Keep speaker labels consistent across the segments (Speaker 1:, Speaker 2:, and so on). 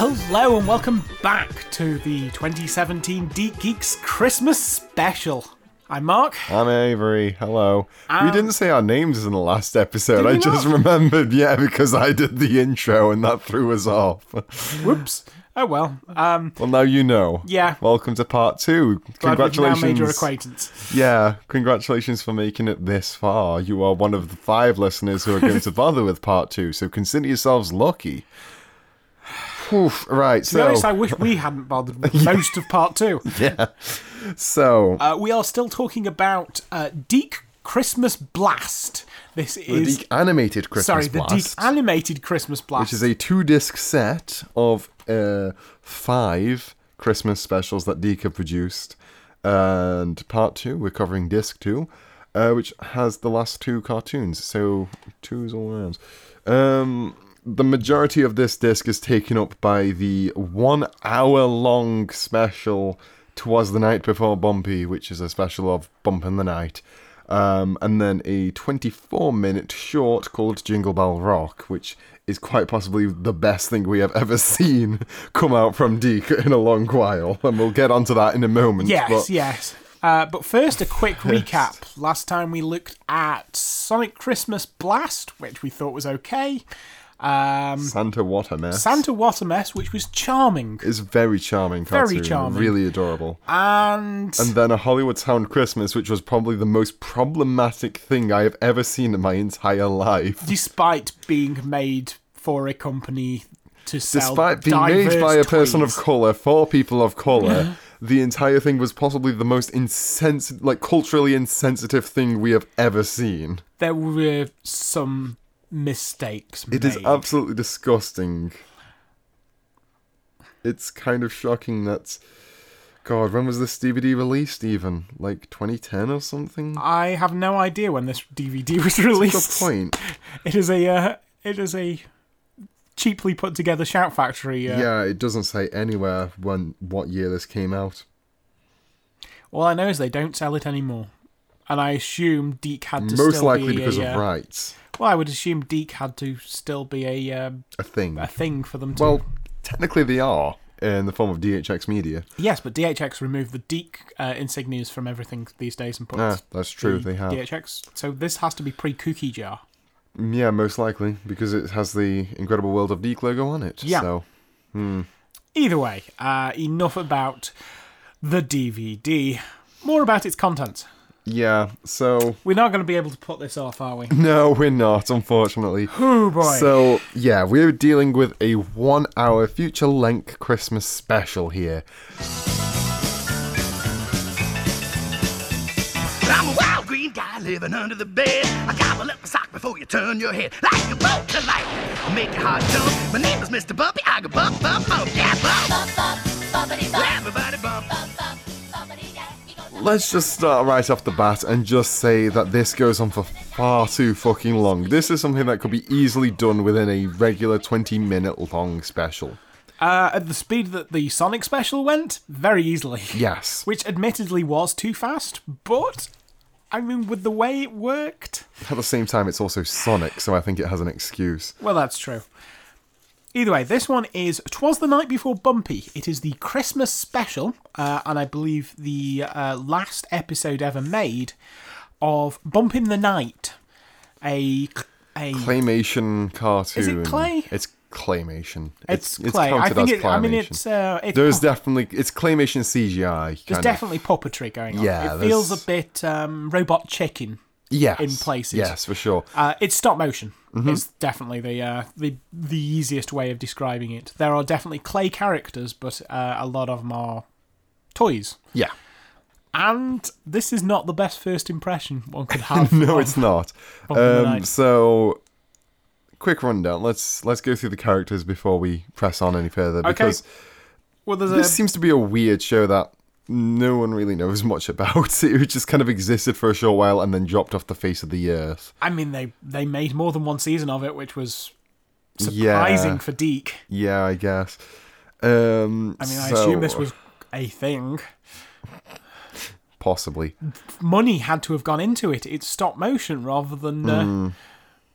Speaker 1: Hello and welcome back to the 2017 Deep Geeks Christmas Special. I'm Mark.
Speaker 2: I'm Avery. Hello. we
Speaker 1: Um,
Speaker 2: didn't say our names in the last episode.
Speaker 1: we
Speaker 2: I just
Speaker 1: not?
Speaker 2: remembered, yeah, because I did the intro and that threw us off.
Speaker 1: Whoops. Oh well. Um,
Speaker 2: well, now you know.
Speaker 1: Yeah.
Speaker 2: Welcome to part two.
Speaker 1: glad we've now
Speaker 2: Congratulations.
Speaker 1: made your acquaintance.
Speaker 2: yeah, congratulations for making it this far. You are one of the five listeners who are going to bother with part two, so consider yourselves lucky. Oof, right,
Speaker 1: To be honest, I
Speaker 2: so
Speaker 1: wish we hadn't bothered with most of part two.
Speaker 2: so
Speaker 1: Uh, we are still talking about uh, Deke Christmas Blast. This
Speaker 2: the
Speaker 1: is
Speaker 2: Deke animated Christmas
Speaker 1: sorry, the
Speaker 2: Blast.
Speaker 1: Deke animated Christmas Blast.
Speaker 2: which is a two disc set of uh, five Christmas specials that Deka produced. And part two, we're covering disc two, uh, which has the last two cartoons. So two's all around. Um, the majority of this disc is taken up by the one hour long special Twas the Night Before Bumpy, which is a special of Bump in the Night. Um, and then a 24 minute short called Jingle Bell Rock, which is quite possibly the best thing we have ever seen come out from Deke in a long while. And we'll get onto that in a moment.
Speaker 1: Yes,
Speaker 2: but
Speaker 1: yes. Uh, but first, a quick recap. Last time we looked at Sonic Christmas Blast, which we thought was okay. Um,
Speaker 2: Santa Watermess
Speaker 1: Santa What a Mess, which was charming.
Speaker 2: is very charming
Speaker 1: Very
Speaker 2: cartoon.
Speaker 1: charming.
Speaker 2: Really adorable.
Speaker 1: And
Speaker 2: And then a Hollywood Sound Christmas, which was probably the most problematic thing I have ever seen in my entire life.
Speaker 1: despite being made for a company to sell,
Speaker 2: Despite being made
Speaker 1: diverse
Speaker 2: by a person of
Speaker 1: toys.
Speaker 2: color for people of color, the entire thing was possibly the most insensitive, like culturally insensitive thing we have ever seen.
Speaker 1: there were some mistakes.
Speaker 2: It
Speaker 1: made.
Speaker 2: is absolutely disgusting. It's kind of shocking that. God, when was this DVD released? Even like 2010 or something.
Speaker 1: I have no idea when this DVD was released.
Speaker 2: Good point.
Speaker 1: It is a. Uh, it is a cheaply put together Shout Factory. Uh,
Speaker 2: Yeah, it doesn't say anywhere when what year this came out.
Speaker 1: All I know is they don't sell it anymore. And I assume Deke had to
Speaker 2: Most
Speaker 1: still
Speaker 2: likely
Speaker 1: be
Speaker 2: because
Speaker 1: a,
Speaker 2: of
Speaker 1: uh,
Speaker 2: rights.
Speaker 1: Well, I would assume Deke had to still be a um,
Speaker 2: A thing.
Speaker 1: a thing for them to.
Speaker 2: Well, technically they are in the form of DHX Media.
Speaker 1: yes, but DHX removed the Deke uh, insignias from everything these days and put
Speaker 2: Ah, that's true.
Speaker 1: the
Speaker 2: They have.
Speaker 1: DHX. So this has to be pre Cookie Jar.
Speaker 2: Yeah, most likely because it has the Incredible World of Deke logo on it.
Speaker 1: Yeah.
Speaker 2: So
Speaker 1: Either way, uh, enough about the DVD. More about its contents.
Speaker 2: yeah. So
Speaker 1: We're not going to be able to put this off, are we?
Speaker 2: no, we're not, unfortunately.
Speaker 1: Oh boy.
Speaker 2: So yeah, we're dealing with a one-hour future length Christmas special here.
Speaker 3: I'm a wild green guy living under the bed. I gobble up a sock before you turn your head. Like a boat to light. I make your heart jump. My name is Mr. Bumpy. I go bump, bump, bump. Yeah, bump.
Speaker 4: bump, bump, bumpity bump,
Speaker 3: Everybody bump.
Speaker 4: bump, bump, bumpity yeah. We go
Speaker 2: Let's just start right off the bat and just say that this goes on for far too fucking long. This is something that could be easily done within a regular 20 minute long special.
Speaker 1: uh, at the speed that the Sonic special went, very easily.
Speaker 2: Yes.
Speaker 1: which admittedly was too fast, but I mean, with the way it worked,
Speaker 2: At the same time, it's also Sonic, so I think it has an excuse.
Speaker 1: well, that's true. Either way, this one is "Twas the Night Before Bumpy." It is the Christmas special, uh, and I believe the uh, last episode ever made of "Bumping the Night," a a
Speaker 2: Claymation cartoon.
Speaker 1: clay?
Speaker 2: It's claymation.
Speaker 1: it's, clay. I think it, I mean it's uh, it's
Speaker 2: There's
Speaker 1: pu-
Speaker 2: definitely it's claymation CGI.
Speaker 1: there's
Speaker 2: kind of.
Speaker 1: definitely puppetry going on.
Speaker 2: Yeah,
Speaker 1: it feels
Speaker 2: there's-
Speaker 1: a bit um, robot chicken.
Speaker 2: yes.
Speaker 1: in places.
Speaker 2: Yes, for sure.
Speaker 1: Uh, it's stop motion.
Speaker 2: Mm-hmm.
Speaker 1: It's definitely the uh, the the easiest way of describing it. There are definitely clay characters, but uh, a lot of them are toys.
Speaker 2: Yeah.
Speaker 1: And this is not the best first impression one could have.
Speaker 2: no,
Speaker 1: Oh. of-
Speaker 2: it's not.
Speaker 1: Bump in the
Speaker 2: Um,
Speaker 1: night.
Speaker 2: so, quick rundown. Let's let's go through the characters before we press on any further because
Speaker 1: Well, there's
Speaker 2: this
Speaker 1: a
Speaker 2: seems to be a weird show that no one really knows much about. It just kind of existed for a short while and then dropped off the face of the earth.
Speaker 1: I mean, they they made more than one season of it, which was
Speaker 2: Yeah.
Speaker 1: surprising for Deke.
Speaker 2: Yeah, I guess. Um,
Speaker 1: I mean, I
Speaker 2: so-
Speaker 1: assume this was a thing.
Speaker 2: possibly Hmm.
Speaker 1: Money had to have gone into it. It's stop motion rather than uh,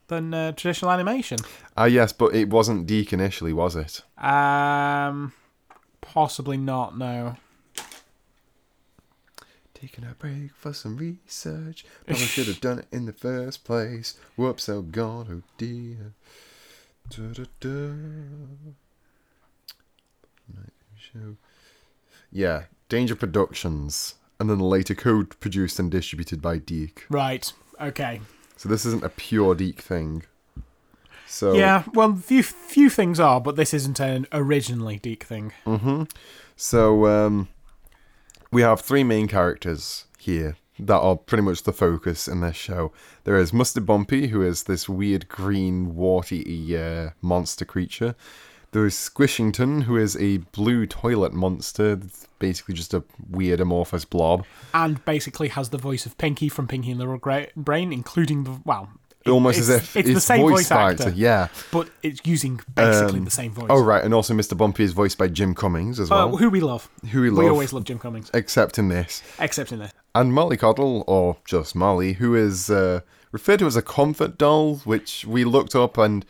Speaker 1: than uh, traditional animation.
Speaker 2: Ah, yes, but it wasn't Deke initially, was it?
Speaker 1: Um, possibly not. No.
Speaker 2: Taking a break for some research. Probably should have done it in the first place. Whoops, oh god, oh dear. Da-da-da. Night show. Yeah, Danger Productions. And then later co produced and distributed by Deke.
Speaker 1: Right. Okay.
Speaker 2: So this isn't a pure Deke thing. So
Speaker 1: Yeah. Well, few few things are, but this isn't an originally Deke thing.
Speaker 2: So um, we have three main characters here that are pretty much the focus in this show. There is Mustard Bumpy, who is this weird green warty uh, monster creature. There is Squishington, who is a blue toilet monster, that's basically just a weird amorphous blob.
Speaker 1: and basically has the voice of Pinky from Pinky and the Gra- Brain, including the well, it-
Speaker 2: Almost as if
Speaker 1: it's the same voice actor,
Speaker 2: Yeah.
Speaker 1: but it's using basically the same voice.
Speaker 2: Oh right, and also Mr. Bumpy is voiced by Jim Cummings as
Speaker 1: Uh,
Speaker 2: well,
Speaker 1: who we love,
Speaker 2: Who we
Speaker 1: we
Speaker 2: love.
Speaker 1: always love Jim Cummings,
Speaker 2: except in this.
Speaker 1: except in this.
Speaker 2: and Molly Coddle, or just Molly, who is uh, referred to as a comfort doll, which we looked up and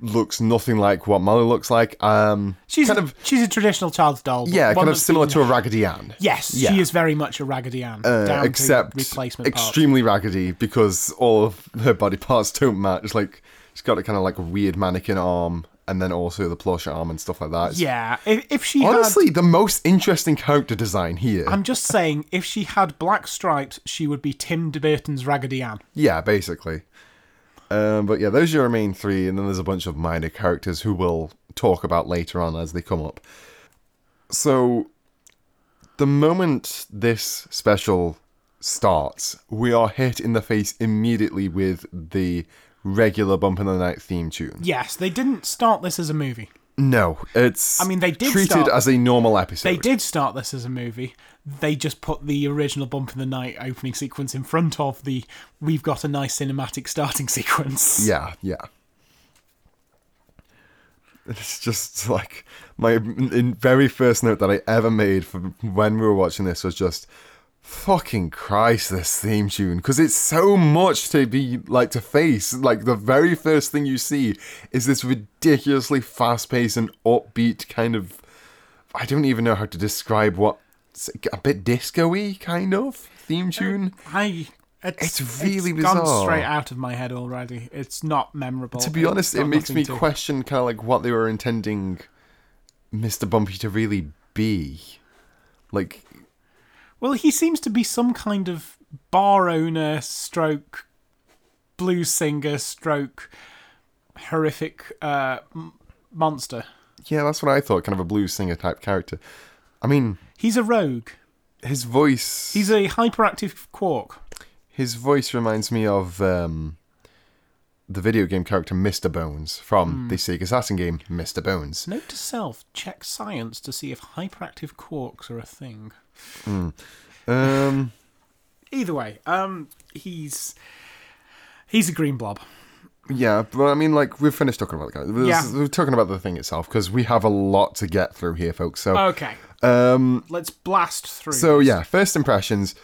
Speaker 2: looks nothing like what Molly looks like. Um,
Speaker 1: She's
Speaker 2: kind
Speaker 1: a,
Speaker 2: of
Speaker 1: she's a traditional child's doll. but
Speaker 2: yeah,
Speaker 1: one
Speaker 2: kind of
Speaker 1: that's
Speaker 2: similar
Speaker 1: been-
Speaker 2: to a Raggedy Ann.
Speaker 1: Yes,
Speaker 2: yeah.
Speaker 1: she is very much a Raggedy Ann,
Speaker 2: Uh,
Speaker 1: down
Speaker 2: except
Speaker 1: to replacement parts.
Speaker 2: extremely raggedy because all of her body parts don't match. Like she's got a kind of like weird mannequin arm, and then also the plush arm and stuff like that. It's-
Speaker 1: Yeah, if, if she had-
Speaker 2: honestly, the most interesting character design here.
Speaker 1: I'm just saying, if she had black stripes, she would be Tim Burton's Raggedy Ann.
Speaker 2: Yeah, basically. Um, but yeah, those are your main three, and then there's a bunch of minor characters who we'll talk about later on as they come up. So, the moment this special starts, we are hit in the face immediately with the regular Bump in the Night theme tune.
Speaker 1: Yes, they didn't start this as a movie.
Speaker 2: No, it's
Speaker 1: I mean, they did
Speaker 2: treated
Speaker 1: start-
Speaker 2: as a normal episode.
Speaker 1: They did start this as a movie. They just put the original Bump in the Night opening sequence in front of the We've Got a Nice Cinematic Starting Sequence.
Speaker 2: Yeah, yeah. It's just like my in very first note that I ever made for when we were watching this was just fucking Christ this theme tune because it's so much to be like to face. Like the very first thing you see is this ridiculously fast-paced and upbeat kind of I don't even know how to describe what it's a bit disco-y kind of theme tune.
Speaker 1: I. It's,
Speaker 2: It's really
Speaker 1: it's gone
Speaker 2: bizarre.
Speaker 1: straight out of my head already. It's not memorable.
Speaker 2: to be
Speaker 1: It's
Speaker 2: honest, it
Speaker 1: got
Speaker 2: makes
Speaker 1: nothing
Speaker 2: me
Speaker 1: to-
Speaker 2: question kind of like what they were intending Mr. Bumpy to really be. Like,
Speaker 1: Well, he seems to be some kind of bar owner, stroke blues singer, stroke horrific uh, m- monster.
Speaker 2: yeah, that's what I thought, kind of a blues singer type character. I mean,
Speaker 1: He's a rogue.
Speaker 2: his voice
Speaker 1: He's a hyperactive quark.
Speaker 2: his voice reminds me of um, the video game character Mr. Bones from the Sega Saturn game Mr. Bones.
Speaker 1: Note to self: check science to see if hyperactive quarks are a thing.
Speaker 2: Um
Speaker 1: Either way, um, he's he's a green blob.
Speaker 2: Yeah, but I mean, like we've finished talking about the guy. This-
Speaker 1: Yeah.
Speaker 2: We're talking about the thing itself because we have a lot to get through here, folks. So,
Speaker 1: Okay,
Speaker 2: um,
Speaker 1: let's blast through.
Speaker 2: So
Speaker 1: this.
Speaker 2: yeah, first impressions.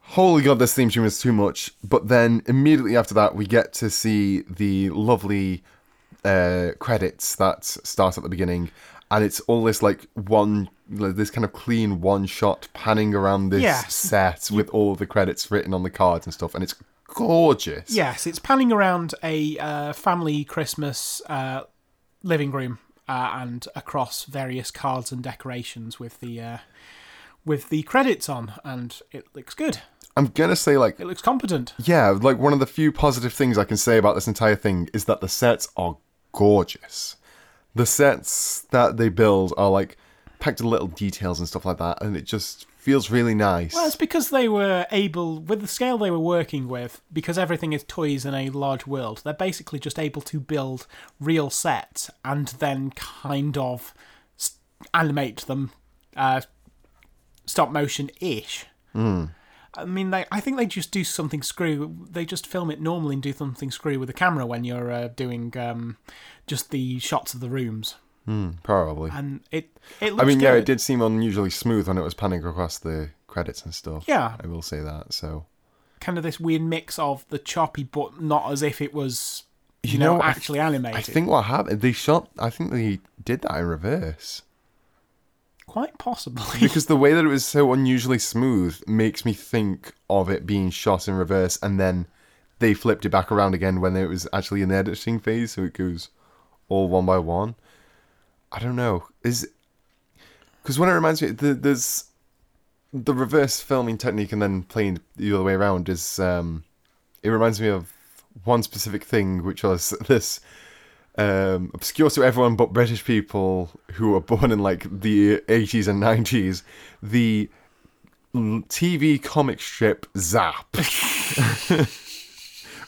Speaker 2: Holy god, this theme tune was too much. But then immediately after that, we get to see the lovely uh, credits that start at the beginning, and it's all this like one, like, this kind of clean one shot panning around this
Speaker 1: Yes.
Speaker 2: set with all the credits written on the cards and stuff, and it's gorgeous.
Speaker 1: yes, it's panning around a uh, family Christmas uh, living room uh, and across various cards and decorations with the uh, with the credits on, and it looks good.
Speaker 2: I'm gonna say like
Speaker 1: It looks competent.
Speaker 2: yeah, like one of the few positive things I can say about this entire thing is that the sets are gorgeous. The sets that they build are like packed with little details and stuff like that, and it just feels really nice.
Speaker 1: Well, it's because they were able, with the scale they were working with, because everything is toys in a large world, they're basically just able to build real sets and then kind of s- animate them uh, stop motion ish.
Speaker 2: Hmm.
Speaker 1: I mean, they, I think they just do something screw. They just film it normally and do something screw with the camera when you're uh, doing um, just the shots of the rooms.
Speaker 2: Probably.
Speaker 1: And it, it looks
Speaker 2: I mean, yeah,
Speaker 1: good.
Speaker 2: it did seem unusually smooth when it was panning across the credits and stuff.
Speaker 1: Yeah.
Speaker 2: I will say that. So
Speaker 1: kind of this weird mix of the choppy but not as if it was you,
Speaker 2: You
Speaker 1: know,
Speaker 2: know, I-
Speaker 1: actually animated.
Speaker 2: I think what happened, they shot. I think they did that in reverse
Speaker 1: quite possibly.
Speaker 2: because the way that it was so unusually smooth makes me think of it being shot in reverse, and then they flipped it back around again when it was actually in the editing phase, so it goes all one by one. I don't know. Is because when it reminds me, the, there's the reverse filming technique and then playing the other way around is. Um, it reminds me of one specific thing, which was this um, obscure to everyone but British people who were born in like the 80s and 90s, the l- TV comic strip Zap.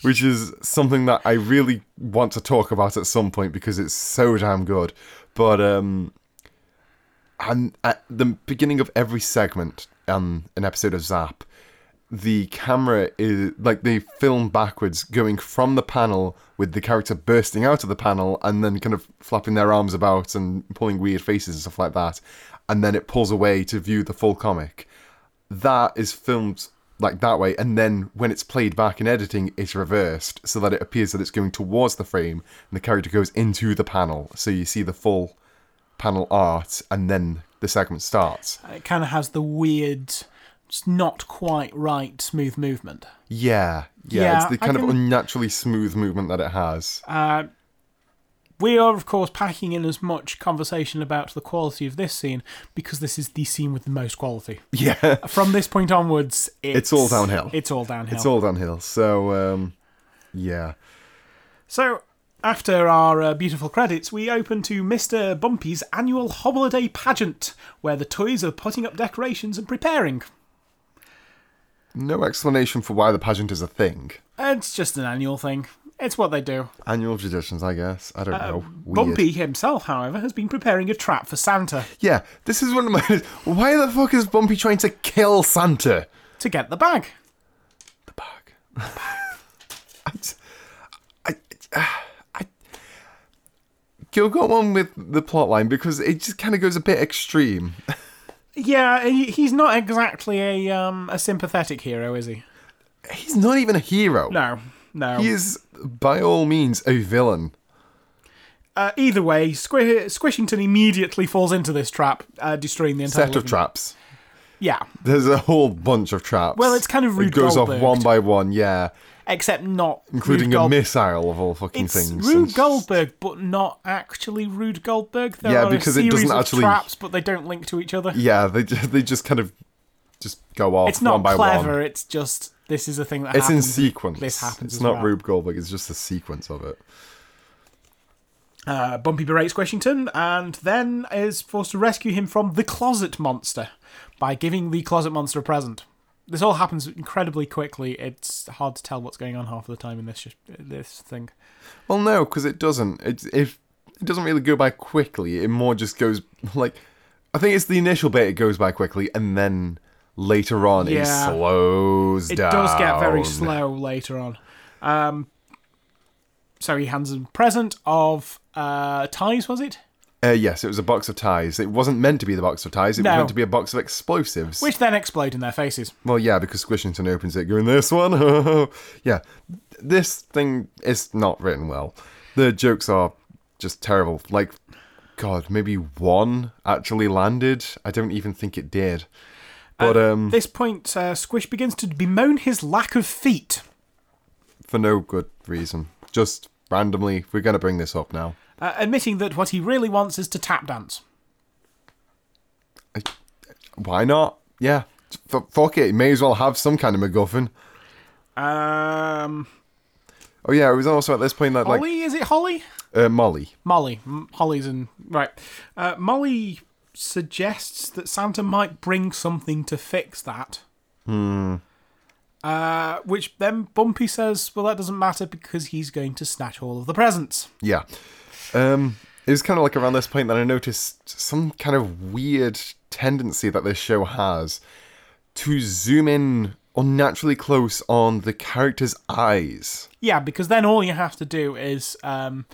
Speaker 2: Which is something that I really want to talk about at some point because it's so damn good. But um, and at the beginning of every segment on an episode of Zap, the camera is like they film backwards, going from the panel with the character bursting out of the panel and then kind of flapping their arms about and pulling weird faces and stuff like that, and then it pulls away to view the full comic. That is filmed like that way, and then when it's played back in editing, it's reversed so that it appears that it's going towards the frame and the character goes into the panel, so you see the full panel art, and then the segment starts.
Speaker 1: And it kind of has the weird, it's not quite right smooth movement.
Speaker 2: Yeah, yeah,
Speaker 1: Yeah,
Speaker 2: it's the
Speaker 1: I
Speaker 2: kind
Speaker 1: can- Uh,
Speaker 2: of unnaturally smooth movement that it has.
Speaker 1: We are, of course, packing in as much conversation about the quality of this scene because this is the scene with the most quality.
Speaker 2: yeah,
Speaker 1: From this point onwards, it's,
Speaker 2: all downhill.
Speaker 1: It's all downhill.
Speaker 2: it's all downhill. So, um, yeah,
Speaker 1: So, after our uh, beautiful credits, we open to Mr. Bumpy's annual holiday pageant, where the toys are putting up decorations and preparing.
Speaker 2: no explanation for why the pageant is a thing.
Speaker 1: It's just an annual thing. It's what they do.
Speaker 2: Annual traditions, I guess. I don't know. Weird.
Speaker 1: Uh, Bumpy himself, however, has been preparing a trap for Santa
Speaker 2: Yeah, this is one of my. Why the fuck is Bumpy trying to kill Santa?
Speaker 1: to get the bag.
Speaker 2: The bag. I, t- I, ah, I, You'll go on with the plot line because it just kind of goes a bit extreme.
Speaker 1: Yeah, he- he's not exactly a um, a sympathetic hero, is he?
Speaker 2: He's not even a hero.
Speaker 1: No, no.
Speaker 2: He is, by all means, a villain.
Speaker 1: Uh, either way, Squi- Squishington immediately falls into this trap, uh, destroying the entire
Speaker 2: Set of
Speaker 1: living-
Speaker 2: traps.
Speaker 1: Yeah,
Speaker 2: There's a whole bunch of traps.
Speaker 1: Well, it's kind of Rube
Speaker 2: it goes
Speaker 1: Goldberg'd.
Speaker 2: off one by one, yeah,
Speaker 1: except not
Speaker 2: including
Speaker 1: Rube
Speaker 2: a
Speaker 1: Gold-
Speaker 2: missile of all fucking
Speaker 1: It's
Speaker 2: things.
Speaker 1: Rude
Speaker 2: and-
Speaker 1: Goldberg, but not actually Rude Goldberg. There
Speaker 2: Yeah,
Speaker 1: are
Speaker 2: because
Speaker 1: a series
Speaker 2: it doesn't
Speaker 1: of
Speaker 2: actually-
Speaker 1: traps, but they don't link to each other.
Speaker 2: Yeah, they ju- they just kind of just go off
Speaker 1: it's not
Speaker 2: one by
Speaker 1: clever.
Speaker 2: one.
Speaker 1: It's just this is a thing that
Speaker 2: It's in
Speaker 1: happens.
Speaker 2: sequence.
Speaker 1: This happens.
Speaker 2: It's
Speaker 1: as
Speaker 2: not
Speaker 1: well.
Speaker 2: Rube Goldberg. It's just a sequence of it.
Speaker 1: Uh, Bumpy berates Washington and then is forced to rescue him from the closet monster by giving the closet monster a present. This all happens incredibly quickly. It's hard to tell what's going on half of the time in this sh- this thing.
Speaker 2: Well, no, because it doesn't. It it it doesn't really go by quickly. It more just goes like I think it's the initial bit. It goes by quickly, and then later on
Speaker 1: Yeah.
Speaker 2: it slows
Speaker 1: It
Speaker 2: down.
Speaker 1: does get very slow later on. Um, so he hands him a present of uh, ties, was it?
Speaker 2: Uh, yes, it was a box of ties. It wasn't meant to be the box of ties. It
Speaker 1: No.
Speaker 2: was meant to be a box of explosives.
Speaker 1: Which then explode in their faces.
Speaker 2: Well, yeah, because Squishington opens it, going this one. yeah, this thing is not written well. The jokes are just terrible. Like, God, maybe one actually landed. I don't even think it did. But um,
Speaker 1: At this point, uh, Squish begins to bemoan his lack of feet.
Speaker 2: for no good reason, just randomly, we're gonna bring this up now.
Speaker 1: uh, admitting that what he really wants is to tap dance.
Speaker 2: Why not? Yeah, F- fuck it. May as well have some kind of MacGuffin.
Speaker 1: Um,
Speaker 2: Oh yeah, it was also at this point that like
Speaker 1: Holly, is it Holly?
Speaker 2: uh, Molly.
Speaker 1: Molly, M- Holly's in right. Uh, Molly suggests that Santa might bring something to fix that. Hmm. Uh, which then Bumpy says, "Well, that doesn't matter because he's going to snatch all of the presents."
Speaker 2: Yeah. Um, it was kind of like around this point that I noticed some kind of weird tendency that this show has to zoom in unnaturally close on the character's eyes.
Speaker 1: Yeah, because then all you have to do is um,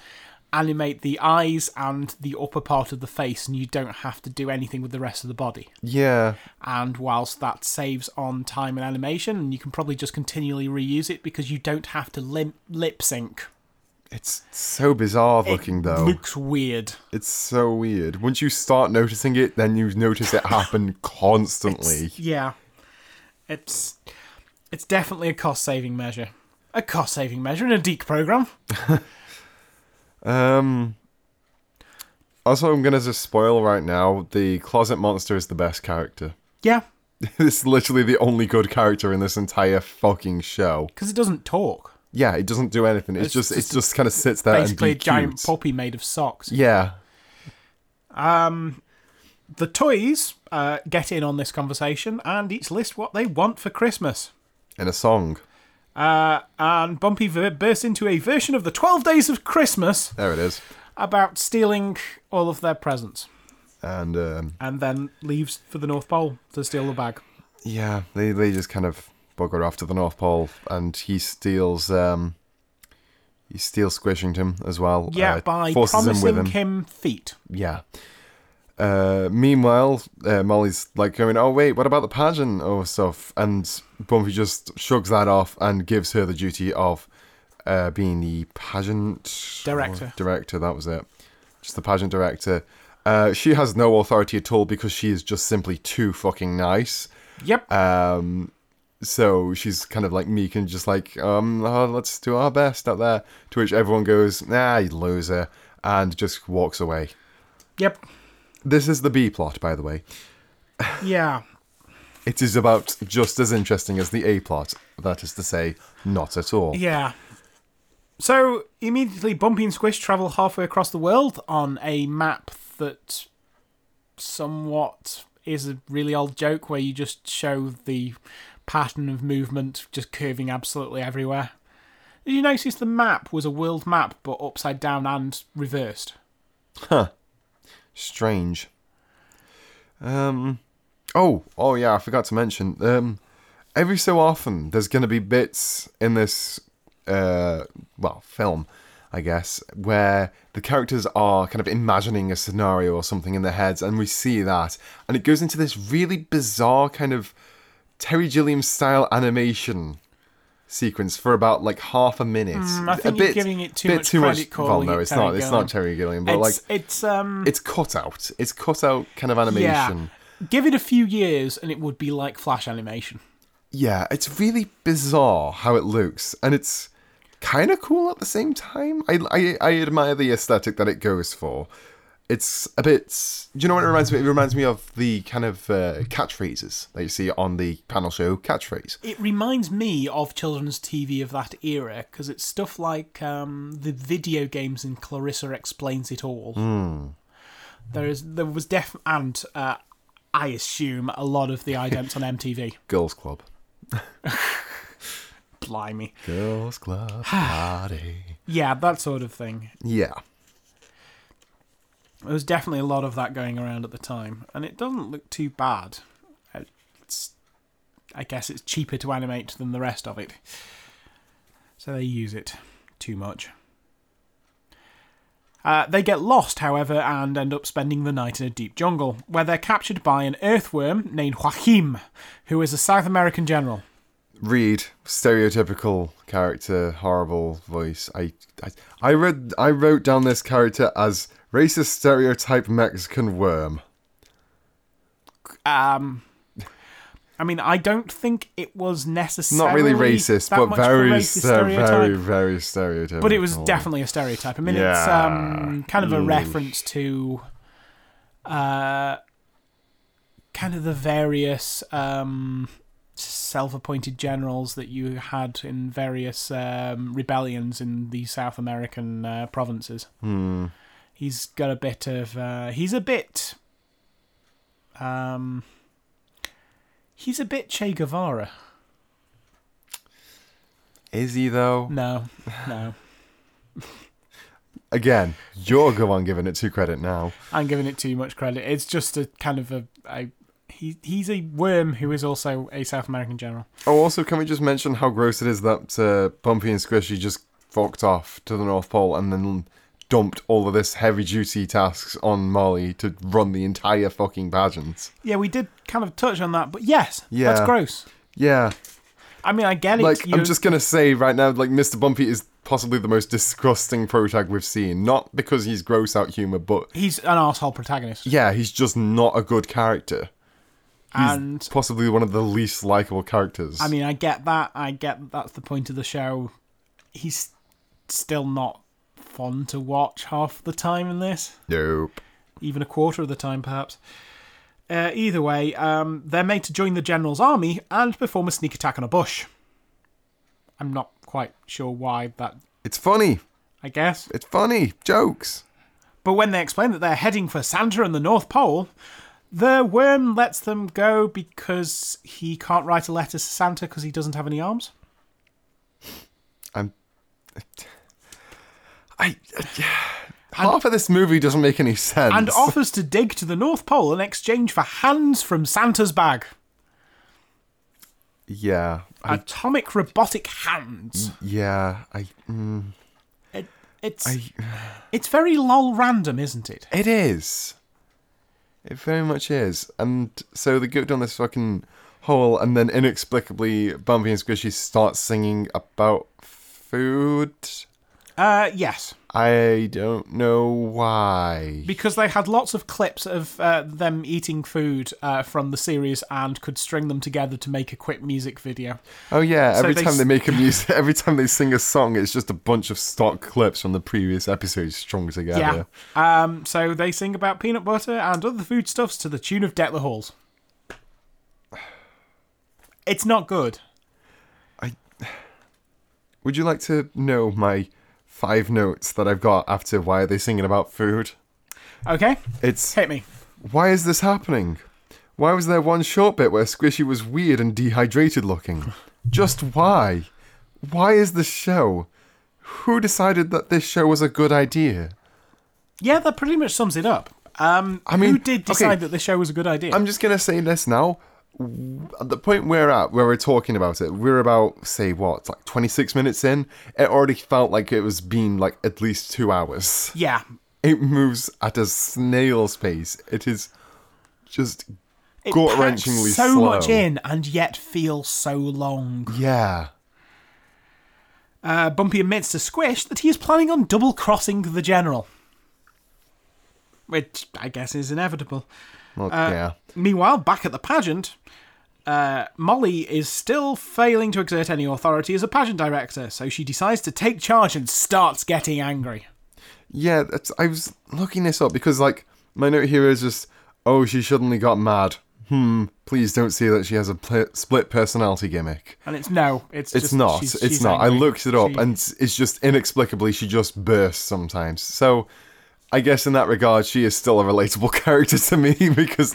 Speaker 1: animate the eyes and the upper part of the face, and you don't have to do anything with the rest of the body.
Speaker 2: Yeah.
Speaker 1: and whilst that saves on time and animation and you can probably just continually reuse it because you don't have to lim- lip sync
Speaker 2: It's so bizarre looking, though.
Speaker 1: Looks weird.
Speaker 2: It's so weird. Once you start noticing it, then you notice it happen constantly.
Speaker 1: Yeah, it's it's definitely a cost saving measure. A cost saving measure in a Deke program.
Speaker 2: Um. Also, I'm gonna just spoil right now. The closet monster is the best character.
Speaker 1: Yeah,
Speaker 2: this is literally the only good character in this entire fucking show.
Speaker 1: because it doesn't talk.
Speaker 2: Yeah, it doesn't do anything. It's,
Speaker 1: It's
Speaker 2: just
Speaker 1: just
Speaker 2: it just kind of sits there and
Speaker 1: Basically,
Speaker 2: be
Speaker 1: a giant
Speaker 2: cute.
Speaker 1: poppy made of socks.
Speaker 2: Yeah,
Speaker 1: The toys uh, get in on this conversation and each list what they want for Christmas.
Speaker 2: in a song.
Speaker 1: Uh, and Bumpy ver- bursts into a version of the Twelve Days of Christmas
Speaker 2: There it is.
Speaker 1: about stealing all of their presents,
Speaker 2: And um,
Speaker 1: and then leaves for the North Pole to steal the bag.
Speaker 2: yeah, they they just kind of bugger off to the North Pole, and he steals um, he steals Squishington as well.
Speaker 1: Yeah,
Speaker 2: uh,
Speaker 1: by
Speaker 2: forces
Speaker 1: promising
Speaker 2: him with him.
Speaker 1: feet.
Speaker 2: Yeah. Uh, meanwhile, uh, Molly's like going, "Oh wait, what about the pageant or stuff?" And Bumpy just shrugs that off and gives her the duty of uh, being the pageant
Speaker 1: Director.
Speaker 2: Director, that was it. Just the pageant director. Uh, she has no authority at all because she is just simply too fucking nice.
Speaker 1: Yep.
Speaker 2: Um, so she's kind of like meek and just like, um, oh, let's do our best out there. To which everyone goes, nah, you loser, and just walks away.
Speaker 1: yep.
Speaker 2: This is the B plot, by the way.
Speaker 1: Yeah.
Speaker 2: It is about just as interesting as the A plot. That is to say, not at all.
Speaker 1: Yeah. So immediately, Bumpy and Squish travel halfway across the world on a map that somewhat is a really old joke where you just show the pattern of movement just curving absolutely everywhere. Did you notice the map was a world map but upside down and reversed?
Speaker 2: Strange. Um. Oh, oh yeah, I forgot to mention. Um, every so often, there's going to be bits in this, uh, well, film, I guess, where the characters are kind of imagining a scenario or something in their heads, and we see that, and it goes into this really bizarre kind of Terry Gilliam style animation sequence for about like half a minute.
Speaker 1: Mm, I think
Speaker 2: a
Speaker 1: you're
Speaker 2: bit,
Speaker 1: giving it too
Speaker 2: bit
Speaker 1: much
Speaker 2: too
Speaker 1: credit
Speaker 2: much. Well,
Speaker 1: calling
Speaker 2: no,
Speaker 1: it
Speaker 2: it's
Speaker 1: Terry
Speaker 2: not. It's
Speaker 1: Gilliam.
Speaker 2: not Terry Gilliam, but
Speaker 1: It's,
Speaker 2: like
Speaker 1: it's um
Speaker 2: it's cut out. It's cut out kind of animation.
Speaker 1: yeah. Give it a few years and it would be like flash animation.
Speaker 2: Yeah, it's really bizarre how it looks, and it's kind of cool at the same time. I, I I admire the aesthetic that it goes for. It's a bit. Do you know what it reminds me? It reminds me of the kind of uh, catchphrases that you see on the panel show catchphrase.
Speaker 1: It reminds me of children's TV of that era because it's stuff like um, the video games in Clarissa Explains It All.
Speaker 2: Hmm.
Speaker 1: There is there was def and uh, I assume a lot of the idents on MTV.
Speaker 2: Girls Club.
Speaker 1: Blimey,
Speaker 2: Girls Club party.
Speaker 1: yeah, that sort of thing.
Speaker 2: Yeah.
Speaker 1: There was definitely a lot of that going around at the time, and it doesn't look too bad. Uh, It's, I guess it's cheaper to animate than the rest of it, so they use it too much. Uh, they get lost, however, and end up spending the night in a deep jungle, where they're captured by an earthworm named Joachim, who is a South American general.
Speaker 2: Reed, stereotypical character, horrible voice. I, I, I read, I wrote down this character as racist stereotype Mexican worm.
Speaker 1: Um, I mean, I don't think it was necessarily
Speaker 2: Not really racist,
Speaker 1: that
Speaker 2: but
Speaker 1: much of a
Speaker 2: very,
Speaker 1: racist
Speaker 2: ste- very,
Speaker 1: stereotype.
Speaker 2: very stereotypical.
Speaker 1: But it was definitely a stereotype. I mean, it's
Speaker 2: Yeah.
Speaker 1: um, kind of a reference to uh, kind of the various um, self appointed generals that you had in various um, rebellions in the South American uh, provinces. He's got a bit of. Uh, he's a bit. Um, he's a bit Che Guevara.
Speaker 2: Is he though?
Speaker 1: No, no.
Speaker 2: Again, you're the one giving it too credit now.
Speaker 1: I'm giving it too much credit. It's just a kind of a, a he he's a worm who is also a South American general.
Speaker 2: Oh, also, can we just mention how gross it is that uh, Bumpy and Squishy just fucked off to the North Pole and then dumped all of this heavy duty tasks on Molly to run the entire fucking pageant.
Speaker 1: Yeah, we did kind of touch on that, but yes, that's
Speaker 2: Yeah.
Speaker 1: gross.
Speaker 2: Yeah,
Speaker 1: I mean, I get it.
Speaker 2: like
Speaker 1: you-
Speaker 2: I'm just gonna say right now, like Mr. Bumpy is possibly the most disgusting protag we've seen. Not because he's gross out humor, but
Speaker 1: He's an asshole protagonist.
Speaker 2: yeah, he's just not a good character. He's
Speaker 1: And
Speaker 2: possibly one of the least likable characters.
Speaker 1: I mean, I get that. I get that that's the point of the show. He's still not fun to watch half the time in this,
Speaker 2: nope.
Speaker 1: even a quarter of the time, perhaps. Uh, either way, um, they're made to join the general's army and perform a sneak attack on a bush. I'm not quite sure why that.
Speaker 2: It's funny.
Speaker 1: I guess.
Speaker 2: It's funny. Jokes.
Speaker 1: But when they explain that they're heading for Santa and the North Pole, the worm lets them go because he can't write a letter to Santa because he doesn't have any arms.
Speaker 2: I'm. I. Half of this movie doesn't make any sense.
Speaker 1: And offers to dig to the North Pole in exchange for hands from Santa's bag.
Speaker 2: yeah. I, Mm.
Speaker 1: Atomic robotic hands.
Speaker 2: yeah. I.
Speaker 1: It, it's it's very lol random, isn't it?
Speaker 2: It is. It very much is. And so they go down this fucking hole, and then inexplicably, Bumpy and Squishy start singing about food.
Speaker 1: Uh, yes,
Speaker 2: I don't know why.
Speaker 1: because they had lots of clips of uh, them eating food uh, from the series and could string them together to make a quick music video.
Speaker 2: Oh yeah, every
Speaker 1: they
Speaker 2: time
Speaker 1: s-
Speaker 2: they make a music, every time they sing a song, it's just a bunch of stock clips from the previous episodes strung
Speaker 1: Yeah.
Speaker 2: together.
Speaker 1: Um, so they sing about peanut butter and other foodstuffs to the tune of Detla Halls. It's not good.
Speaker 2: Would you like to know my five notes that I've got after why are they singing about food?
Speaker 1: Okay?
Speaker 2: It's
Speaker 1: Hit me.
Speaker 2: Why is this happening? Why was there one short bit where Squishy was weird and dehydrated looking? Just why? Why is this show? Who decided that this show was a good idea?
Speaker 1: Yeah, that pretty much sums it up. Um,
Speaker 2: I mean,
Speaker 1: who did decide
Speaker 2: okay.
Speaker 1: that this show was a good idea?
Speaker 2: I'm just gonna say this now. W- At the point we're at, where we're talking about it, we're about say what, like 26 minutes in. It already felt like it was been like at least two hours.
Speaker 1: yeah.
Speaker 2: It moves at a snail's pace. It is just
Speaker 1: It
Speaker 2: gut
Speaker 1: packs
Speaker 2: wrenchingly
Speaker 1: so
Speaker 2: slow.
Speaker 1: much in and yet feels so long.
Speaker 2: Yeah.
Speaker 1: Uh, Bumpy admits to Squish that he is planning on double crossing the General. Which I guess is inevitable.
Speaker 2: Well, yeah.
Speaker 1: Meanwhile, back at the pageant, uh, Molly is still failing to exert any authority as a pageant director, so she decides to take charge and starts getting angry.
Speaker 2: Yeah, that's, I was looking this up because, like, my note here is just, oh, she suddenly got mad. Hmm, please don't say that she has a pl- split personality gimmick.
Speaker 1: And it's no, it's
Speaker 2: It's
Speaker 1: just-
Speaker 2: not.
Speaker 1: she's-
Speaker 2: it's
Speaker 1: she's
Speaker 2: not. I
Speaker 1: angry.
Speaker 2: looked it up
Speaker 1: She-
Speaker 2: and it's- it's just inexplicably she just bursts sometimes. So I guess in that regard, she is still a relatable character to me because,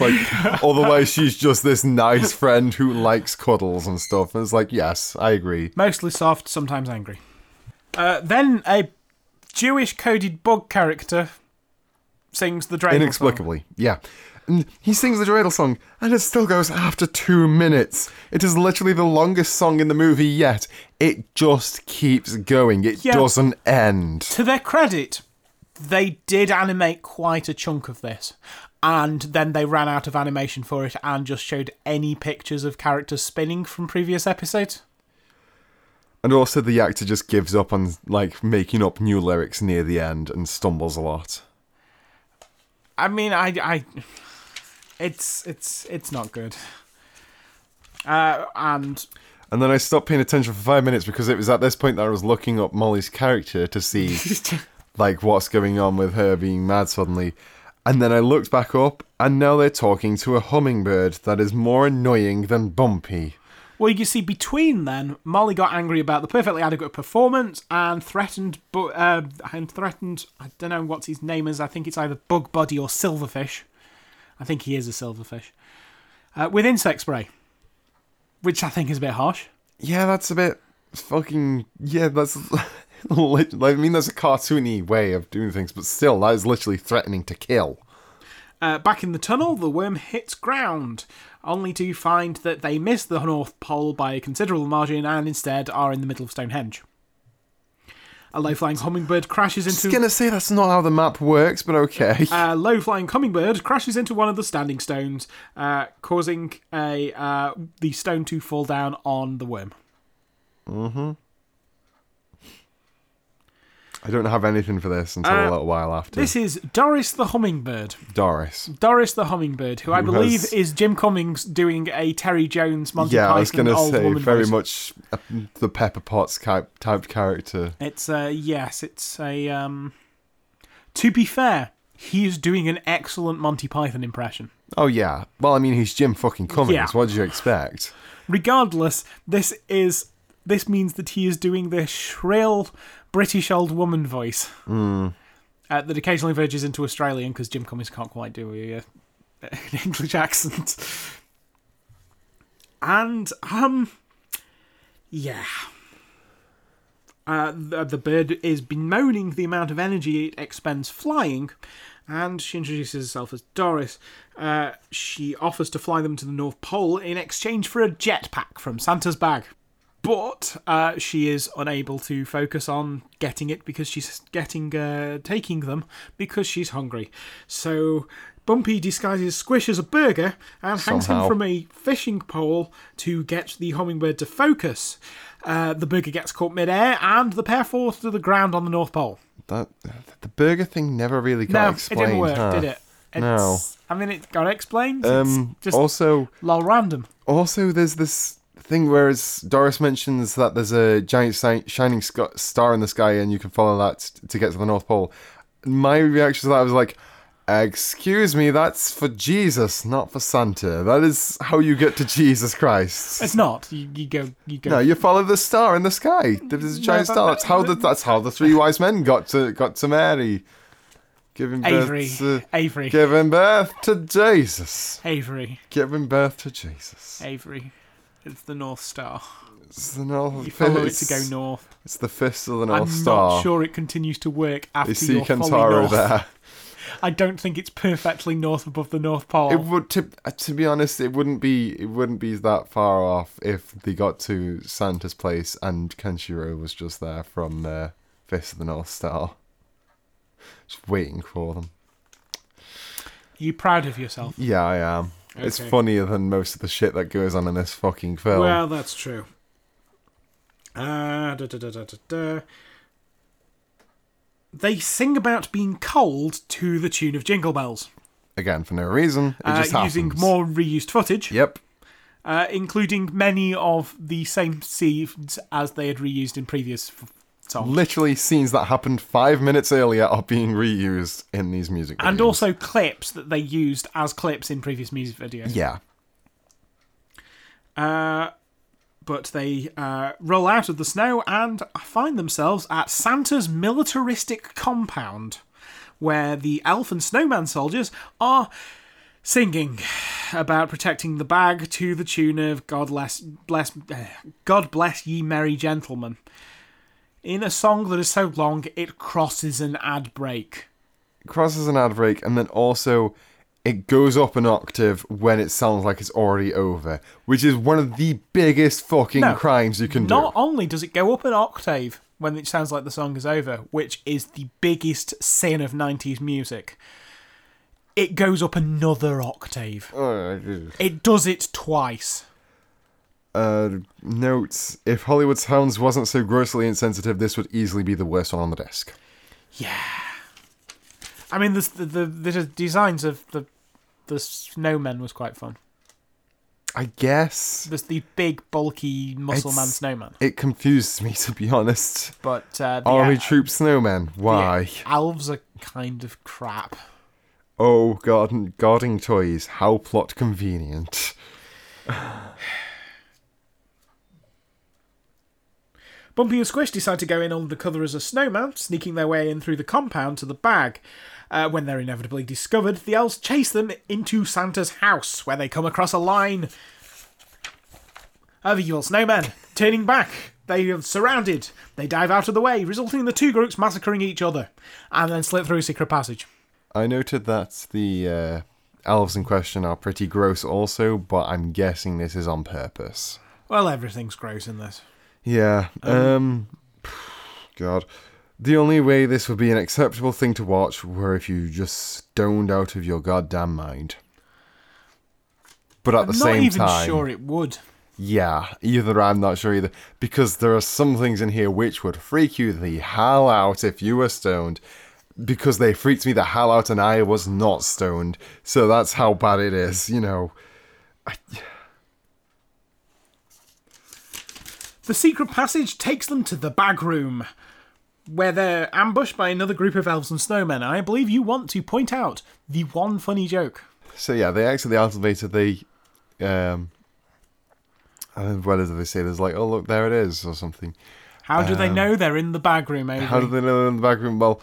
Speaker 2: like, otherwise she's just this nice friend who likes cuddles and stuff. And it's like, yes, I agree.
Speaker 1: mostly soft, sometimes angry. Uh, then a Jewish coded bug character sings the Drake.
Speaker 2: Inexplicably, yeah. And he sings the dreidel song, and it still goes after two minutes. It is literally the longest song in the movie yet. It just keeps going. It
Speaker 1: Yeah.
Speaker 2: doesn't end.
Speaker 1: To their credit, they did animate quite a chunk of this. And then they ran out of animation for it and just showed any pictures of characters spinning from previous episodes.
Speaker 2: And also, the actor just gives up on like making up new lyrics near the end and stumbles a lot.
Speaker 1: I mean, I, I, it's, it's, it's not good. Uh, and
Speaker 2: And then I stopped paying attention for five minutes because it was at this point that I was looking up Molly's character to see like what's going on with her being mad suddenly. And then I looked back up, and now they're talking to a hummingbird that is more annoying than Bumpy.
Speaker 1: well, you see, between then, Molly got angry about the perfectly adequate performance and threatened, bu- uh, and threatened. I don't know what his name is. I think it's either Bug Buddy or Silverfish. I think he is a silverfish. Uh, with insect spray, which I think is a bit harsh.
Speaker 2: Yeah, that's a bit fucking. Yeah, that's. lit- I mean, that's a cartoony way of doing things, but still, that is literally threatening to kill.
Speaker 1: Uh, back in the tunnel, the worm hits ground, only to find that they miss the North Pole by a considerable margin and instead are in the middle of Stonehenge. A low-flying hummingbird crashes
Speaker 2: I was
Speaker 1: into
Speaker 2: gonna say that's not how the map works, but okay.
Speaker 1: a low-flying hummingbird crashes into one of the standing stones, uh, causing a uh, the stone to fall down on the worm.
Speaker 2: I don't have anything for this until a little while after.
Speaker 1: This is Doris the Hummingbird.
Speaker 2: Doris.
Speaker 1: Doris the Hummingbird, who I
Speaker 2: Who
Speaker 1: believe
Speaker 2: has-
Speaker 1: is Jim Cummings doing a Terry Jones Monty
Speaker 2: Yeah, I was
Speaker 1: Python
Speaker 2: gonna
Speaker 1: old
Speaker 2: say
Speaker 1: woman
Speaker 2: very
Speaker 1: voice.
Speaker 2: much a, the Pepper Potts type, type character.
Speaker 1: It's uh yes, it's a um. To be fair, he is doing an excellent Monty Python impression.
Speaker 2: Oh yeah. Well, I mean, he's Jim fucking Cummings.
Speaker 1: Yeah.
Speaker 2: What did you expect?
Speaker 1: Regardless, this is this means that he is doing this shrill British old woman voice uh, that occasionally verges into Australian because Jim Cummings can't quite do a, uh, an English accent. And um, yeah. Uh, the, the bird is bemoaning the amount of energy it expends flying, and she introduces herself as Doris. Uh, she offers to fly them to the North Pole in exchange for a jetpack from Santa's bag. But uh, she is unable to focus on getting it because she's getting uh, taking them because she's hungry. So Bumpy disguises Squish as a burger and hangs him
Speaker 2: Somehow.
Speaker 1: from a fishing pole to get the hummingbird to focus. Uh, the burger gets caught midair, and the pair falls to the ground on the North Pole.
Speaker 2: That the burger thing never really got
Speaker 1: no,
Speaker 2: explained.
Speaker 1: it didn't work,
Speaker 2: huh?
Speaker 1: did it? It's,
Speaker 2: No.
Speaker 1: I mean, it got explained.
Speaker 2: Um.
Speaker 1: it's just
Speaker 2: also,
Speaker 1: lol random.
Speaker 2: also, there's this thing where it's, Doris mentions that there's a giant si- shining sc- star in the sky, and you can follow that t- to get to the North Pole. My reaction to that was like, "Excuse me, that's for Jesus, not for Santa. That is how you get to Jesus Christ."
Speaker 1: It's not. You, you go. You go.
Speaker 2: No, you follow the star in the sky. There's a giant
Speaker 1: but
Speaker 2: star.
Speaker 1: that-
Speaker 2: That's how the that's how the three wise men got to got to Mary, giving birth
Speaker 1: Avery.
Speaker 2: to,
Speaker 1: Avery.
Speaker 2: giving birth to Jesus,
Speaker 1: Avery.
Speaker 2: giving birth to Jesus.
Speaker 1: Avery. It's the North Star.
Speaker 2: It's the north.
Speaker 1: You follow it to
Speaker 2: it's-
Speaker 1: go north.
Speaker 2: It's the fist of the North
Speaker 1: I'm
Speaker 2: Star.
Speaker 1: not sure it continues to work after
Speaker 2: You see
Speaker 1: your folly
Speaker 2: Kentaro
Speaker 1: north.
Speaker 2: there.
Speaker 1: I don't think it's perfectly north above the North Pole.
Speaker 2: It would to uh, to be honest, it wouldn't be it wouldn't be that far off if they got to Santa's place and Kenshiro was just there from uh, Fist of the North Star, just waiting for them.
Speaker 1: you proud of yourself?
Speaker 2: Yeah, I am. It's
Speaker 1: Okay.
Speaker 2: funnier than most of the shit that goes on in this fucking film.
Speaker 1: Well, that's true. Uh, da, da, da, da, da, da. They sing about being cold to the tune of Jingle Bells,
Speaker 2: Again, for no reason. It
Speaker 1: uh,
Speaker 2: just happens.
Speaker 1: using more reused footage,
Speaker 2: Yep.
Speaker 1: uh, including many of the same scenes as they had reused in previous f- songs,
Speaker 2: Literally scenes that happened five minutes earlier are being reused in these music videos.
Speaker 1: and also clips that they used as clips in previous music videos.
Speaker 2: Yeah.
Speaker 1: but they uh, roll out of the snow and find themselves at Santa's militaristic compound, where the elf and snowman soldiers are singing about protecting the bag to the tune of "God bless, bless, eh, God bless ye merry gentlemen," in a song that is so long it crosses an ad break.
Speaker 2: crosses an ad break and then also it goes up an octave when it sounds like it's already over, which is one of the biggest fucking
Speaker 1: No,
Speaker 2: crimes you can
Speaker 1: Not
Speaker 2: do.
Speaker 1: only does it go up an octave when it sounds like the song is over, which is the biggest sin of 90s music, it goes up another octave.
Speaker 2: Oh,
Speaker 1: It does it twice.
Speaker 2: Uh, notes: If Hollywood Sounds wasn't so grossly insensitive, this would easily be the worst one on the disc.
Speaker 1: I mean, this- the, the, the, designs of the, the snowmen was quite fun.
Speaker 2: I guess
Speaker 1: There's the big, bulky, muscle man
Speaker 2: It's-
Speaker 1: snowman.
Speaker 2: it confused me to be honest.
Speaker 1: But uh, the,
Speaker 2: Army
Speaker 1: uh,
Speaker 2: troop snowman.
Speaker 1: the
Speaker 2: Why?
Speaker 1: elves are kind of crap.
Speaker 2: Oh, garden guarding toys. How plot convenient.
Speaker 1: Bumpy and Squish decide to go in under cover as a snowman, sneaking their way in through the compound to the bag. Uh, when they're inevitably discovered, the elves chase them into Santa's house, where they come across a line of evil snowmen. Turning back, they are surrounded. They dive out of the way, resulting in the two groups massacring each other, and then slip through a secret passage.
Speaker 2: I noted that the uh, elves in question are pretty gross, also, but I'm guessing this is on purpose.
Speaker 1: Well, everything's gross in this.
Speaker 2: Yeah. Um. God. The only way this would be an acceptable thing to watch were if you just stoned out of your goddamn mind. But at the
Speaker 1: I'm not
Speaker 2: same
Speaker 1: even
Speaker 2: time,
Speaker 1: sure it would.
Speaker 2: Yeah, either I'm not sure either. Because there are some things in here which would freak you the hell out if you were stoned. Because they freaked me the hell out and I was not stoned. So that's how bad it is, you know.
Speaker 1: The secret passage takes them to the bag room, where they're ambushed by another group of elves and snowmen. And I believe you want to point out the one funny joke.
Speaker 2: So yeah, they exit the elevator. They, um, and whether they say there's like, oh look, there it is, or something.
Speaker 1: How do they know they're in the bag room, Avery?
Speaker 2: How do they know they're in the back room? Well,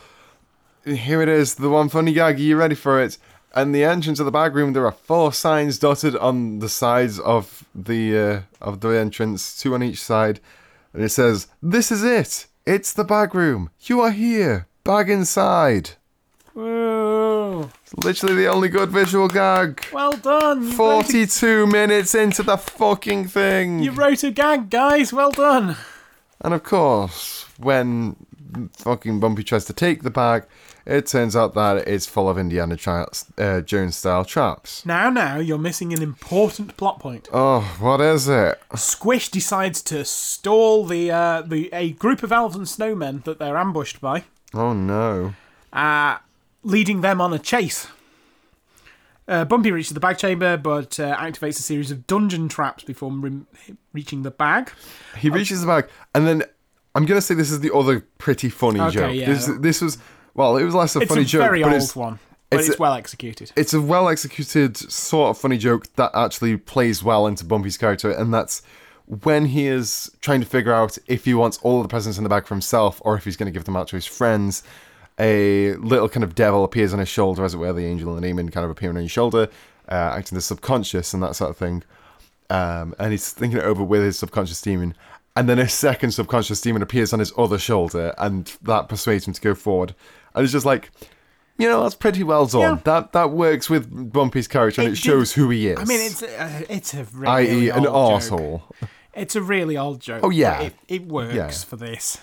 Speaker 2: here it is, the one funny gag. Are you ready for it? And the entrance of the back room, there are four signs dotted on the sides of the uh, of the entrance, two on each side, and it says, "This is it. It's the back room. You are here. Bag inside."
Speaker 1: Whoa.
Speaker 2: It's literally the only good visual gag.
Speaker 1: Well done. You wrote a-
Speaker 2: 42 minutes into the fucking thing.
Speaker 1: You wrote a gag, guys. Well done.
Speaker 2: And of course, when fucking Bumpy tries to take the bag, it turns out that it's full of Indiana tra- uh, Jones style traps.
Speaker 1: Now, now, you're missing an important plot point.
Speaker 2: Oh, what is it?
Speaker 1: Squish decides to stall the uh, the a group of elves and snowmen that they're ambushed by,
Speaker 2: Oh no.
Speaker 1: uh, leading them on a chase. Uh, Bumpy reaches the bag chamber, but uh, activates a series of dungeon traps before re- reaching the bag.
Speaker 2: He reaches the bag, and then I'm gonna say this is the other pretty funny
Speaker 1: Okay,
Speaker 2: joke.
Speaker 1: yeah.
Speaker 2: This, this was well, it was less a
Speaker 1: It's
Speaker 2: funny
Speaker 1: a
Speaker 2: joke,
Speaker 1: very
Speaker 2: but
Speaker 1: old
Speaker 2: it's
Speaker 1: one, but
Speaker 2: it's
Speaker 1: it's,
Speaker 2: a-
Speaker 1: well executed.
Speaker 2: it's a well executed sort of funny joke that actually plays well into Bumpy's character, and that's when he is trying to figure out if he wants all of the presents in the bag for himself or if he's going to give them out to his friends. A little kind of devil appears on his shoulder, as it were, the angel and the demon kind of appearing on your shoulder, uh, acting the subconscious and that sort of thing. Um, and he's thinking it over with his subconscious demon. And then a second subconscious demon appears on his other shoulder, and that persuades him to go forward. And it's just like, you know, that's pretty well done.
Speaker 1: Yeah.
Speaker 2: That that works with Bumpy's character, and it,
Speaker 1: It did-
Speaker 2: shows who he is.
Speaker 1: I mean, it's a, it's a really
Speaker 2: i.e. E, an
Speaker 1: old joke.
Speaker 2: arsehole.
Speaker 1: It's a really old joke.
Speaker 2: Oh, yeah.
Speaker 1: but it, it works
Speaker 2: Yeah.
Speaker 1: for this.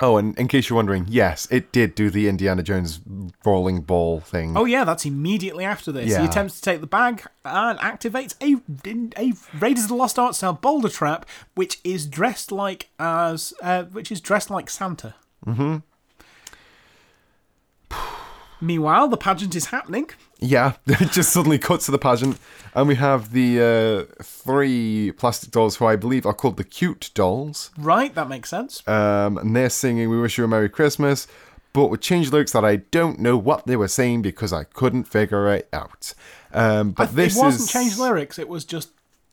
Speaker 2: Oh, and in case you're wondering, yes, it did do the Indiana Jones rolling ball thing.
Speaker 1: Oh yeah, that's immediately after this. He
Speaker 2: Yeah.
Speaker 1: attempts to take the bag and activates a, a Raiders of the Lost Ark style boulder trap, which is dressed like as uh, which is dressed like Santa. Mm-hmm. Meanwhile, the pageant is happening.
Speaker 2: Yeah, it just suddenly cuts to the pageant, and we have the uh, three plastic dolls who I believe are called the cute dolls.
Speaker 1: Right, that makes sense.
Speaker 2: um, and they're singing "We Wish You a Merry Christmas," but with changed lyrics that I don't know what they were saying because I couldn't figure it out. Um, but this
Speaker 1: it wasn't
Speaker 2: is
Speaker 1: changed lyrics. It was just.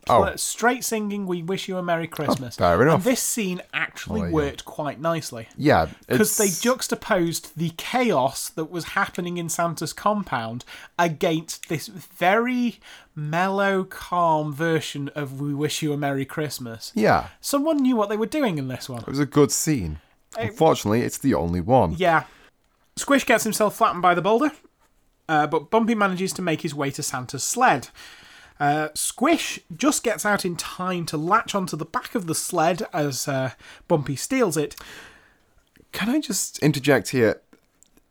Speaker 2: Oh.
Speaker 1: pl- Straight singing, we wish you a Merry Christmas.
Speaker 2: fair enough.
Speaker 1: And this scene actually
Speaker 2: Oh, yeah.
Speaker 1: worked quite nicely.
Speaker 2: Yeah,
Speaker 1: because they
Speaker 2: it's-
Speaker 1: juxtaposed the chaos that was happening in Santa's compound against this very mellow, calm version of "We Wish You a Merry Christmas."
Speaker 2: Yeah,
Speaker 1: Someone knew what they were doing in this
Speaker 2: it
Speaker 1: one.
Speaker 2: was a good scene. Unfortunately, it's the only one.
Speaker 1: Yeah, Squish gets himself flattened by the boulder, uh, but Bumpy manages to make his way to Santa's sled. Uh, Squish just gets out in time to latch onto the back of the sled as uh, Bumpy steals it.
Speaker 2: Can I just interject here?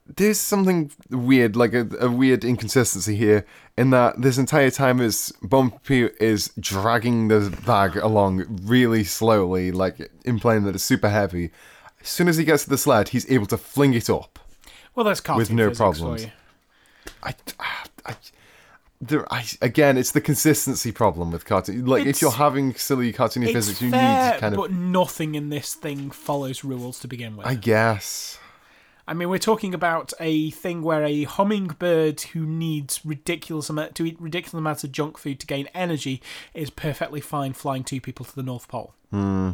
Speaker 2: There's something weird, like a, a weird inconsistency here, in that this entire time is Bumpy is dragging the bag along really slowly, like implying that it's super heavy. As soon as he gets to the sled, he's able to fling it up.
Speaker 1: Well, that's cartoon
Speaker 2: no
Speaker 1: physics
Speaker 2: problems.
Speaker 1: for you.
Speaker 2: I, I, I- there, I, again, it's the consistency problem with cartoon. Like,
Speaker 1: It's-
Speaker 2: if you're having silly cartoony
Speaker 1: It's
Speaker 2: physics, you
Speaker 1: fair,
Speaker 2: need to kind of.
Speaker 1: but nothing in this thing follows rules to begin with.
Speaker 2: I
Speaker 1: I,
Speaker 2: guess.
Speaker 1: mean, we're talking about a thing where a hummingbird who needs ridiculous amount to eat ridiculous amounts of junk food to gain energy is perfectly fine flying two people to the North Pole.
Speaker 2: Hmm.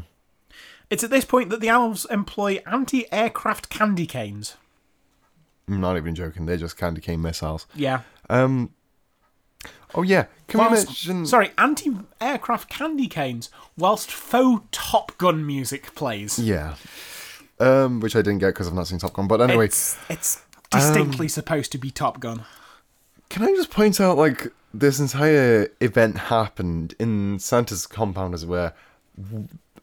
Speaker 1: It's at this point that the elves employ anti-aircraft candy canes.
Speaker 2: I'm not even joking. They're just candy cane missiles.
Speaker 1: Yeah.
Speaker 2: Oh, yeah. Can we
Speaker 1: Whilst-
Speaker 2: mention.
Speaker 1: Sorry, anti-aircraft candy canes. Whilst faux Top Gun music plays.
Speaker 2: Yeah. Um, which I didn't get because I've not seen Top Gun. But anyway,
Speaker 1: It's, it's
Speaker 2: Um,
Speaker 1: distinctly supposed to be Top Gun.
Speaker 2: can I just point out, like, this entire event happened in Santa's compound, as it were.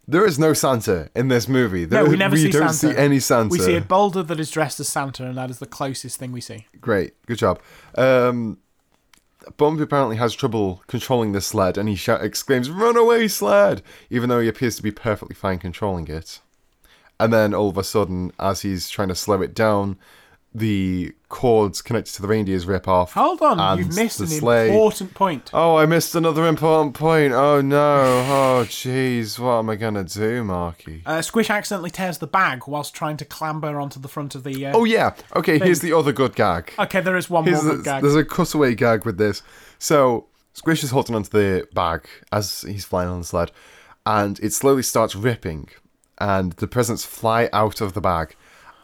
Speaker 2: There is no Santa in this movie. There,
Speaker 1: No, we never see
Speaker 2: don't
Speaker 1: Santa.
Speaker 2: see any Santa.
Speaker 1: We see a boulder that is dressed as Santa, and that is the closest thing we see.
Speaker 2: Great, good job. Um, Bumpy apparently has trouble controlling the sled and he shout, exclaims, Run away, sled! Even though he appears to be perfectly fine controlling it. And then all of a sudden, as he's trying to slow it down, the cords connected to the reindeers rip off.
Speaker 1: Hold on,
Speaker 2: and
Speaker 1: you've missed
Speaker 2: the
Speaker 1: an
Speaker 2: sleigh-
Speaker 1: important point.
Speaker 2: Oh, I missed another important point. Oh no. Oh jeez, what am I gonna do, Marky?
Speaker 1: Uh, Squish accidentally tears the bag whilst trying to clamber onto the front of the. Uh...
Speaker 2: Oh yeah. Okay, here's the other good gag.
Speaker 1: Okay, there is one more
Speaker 2: Here's
Speaker 1: good
Speaker 2: the-
Speaker 1: gag.
Speaker 2: There's a cutaway gag with this. So Squish is holding onto the bag as he's flying on the sled, and it slowly starts ripping, and the presents fly out of the bag,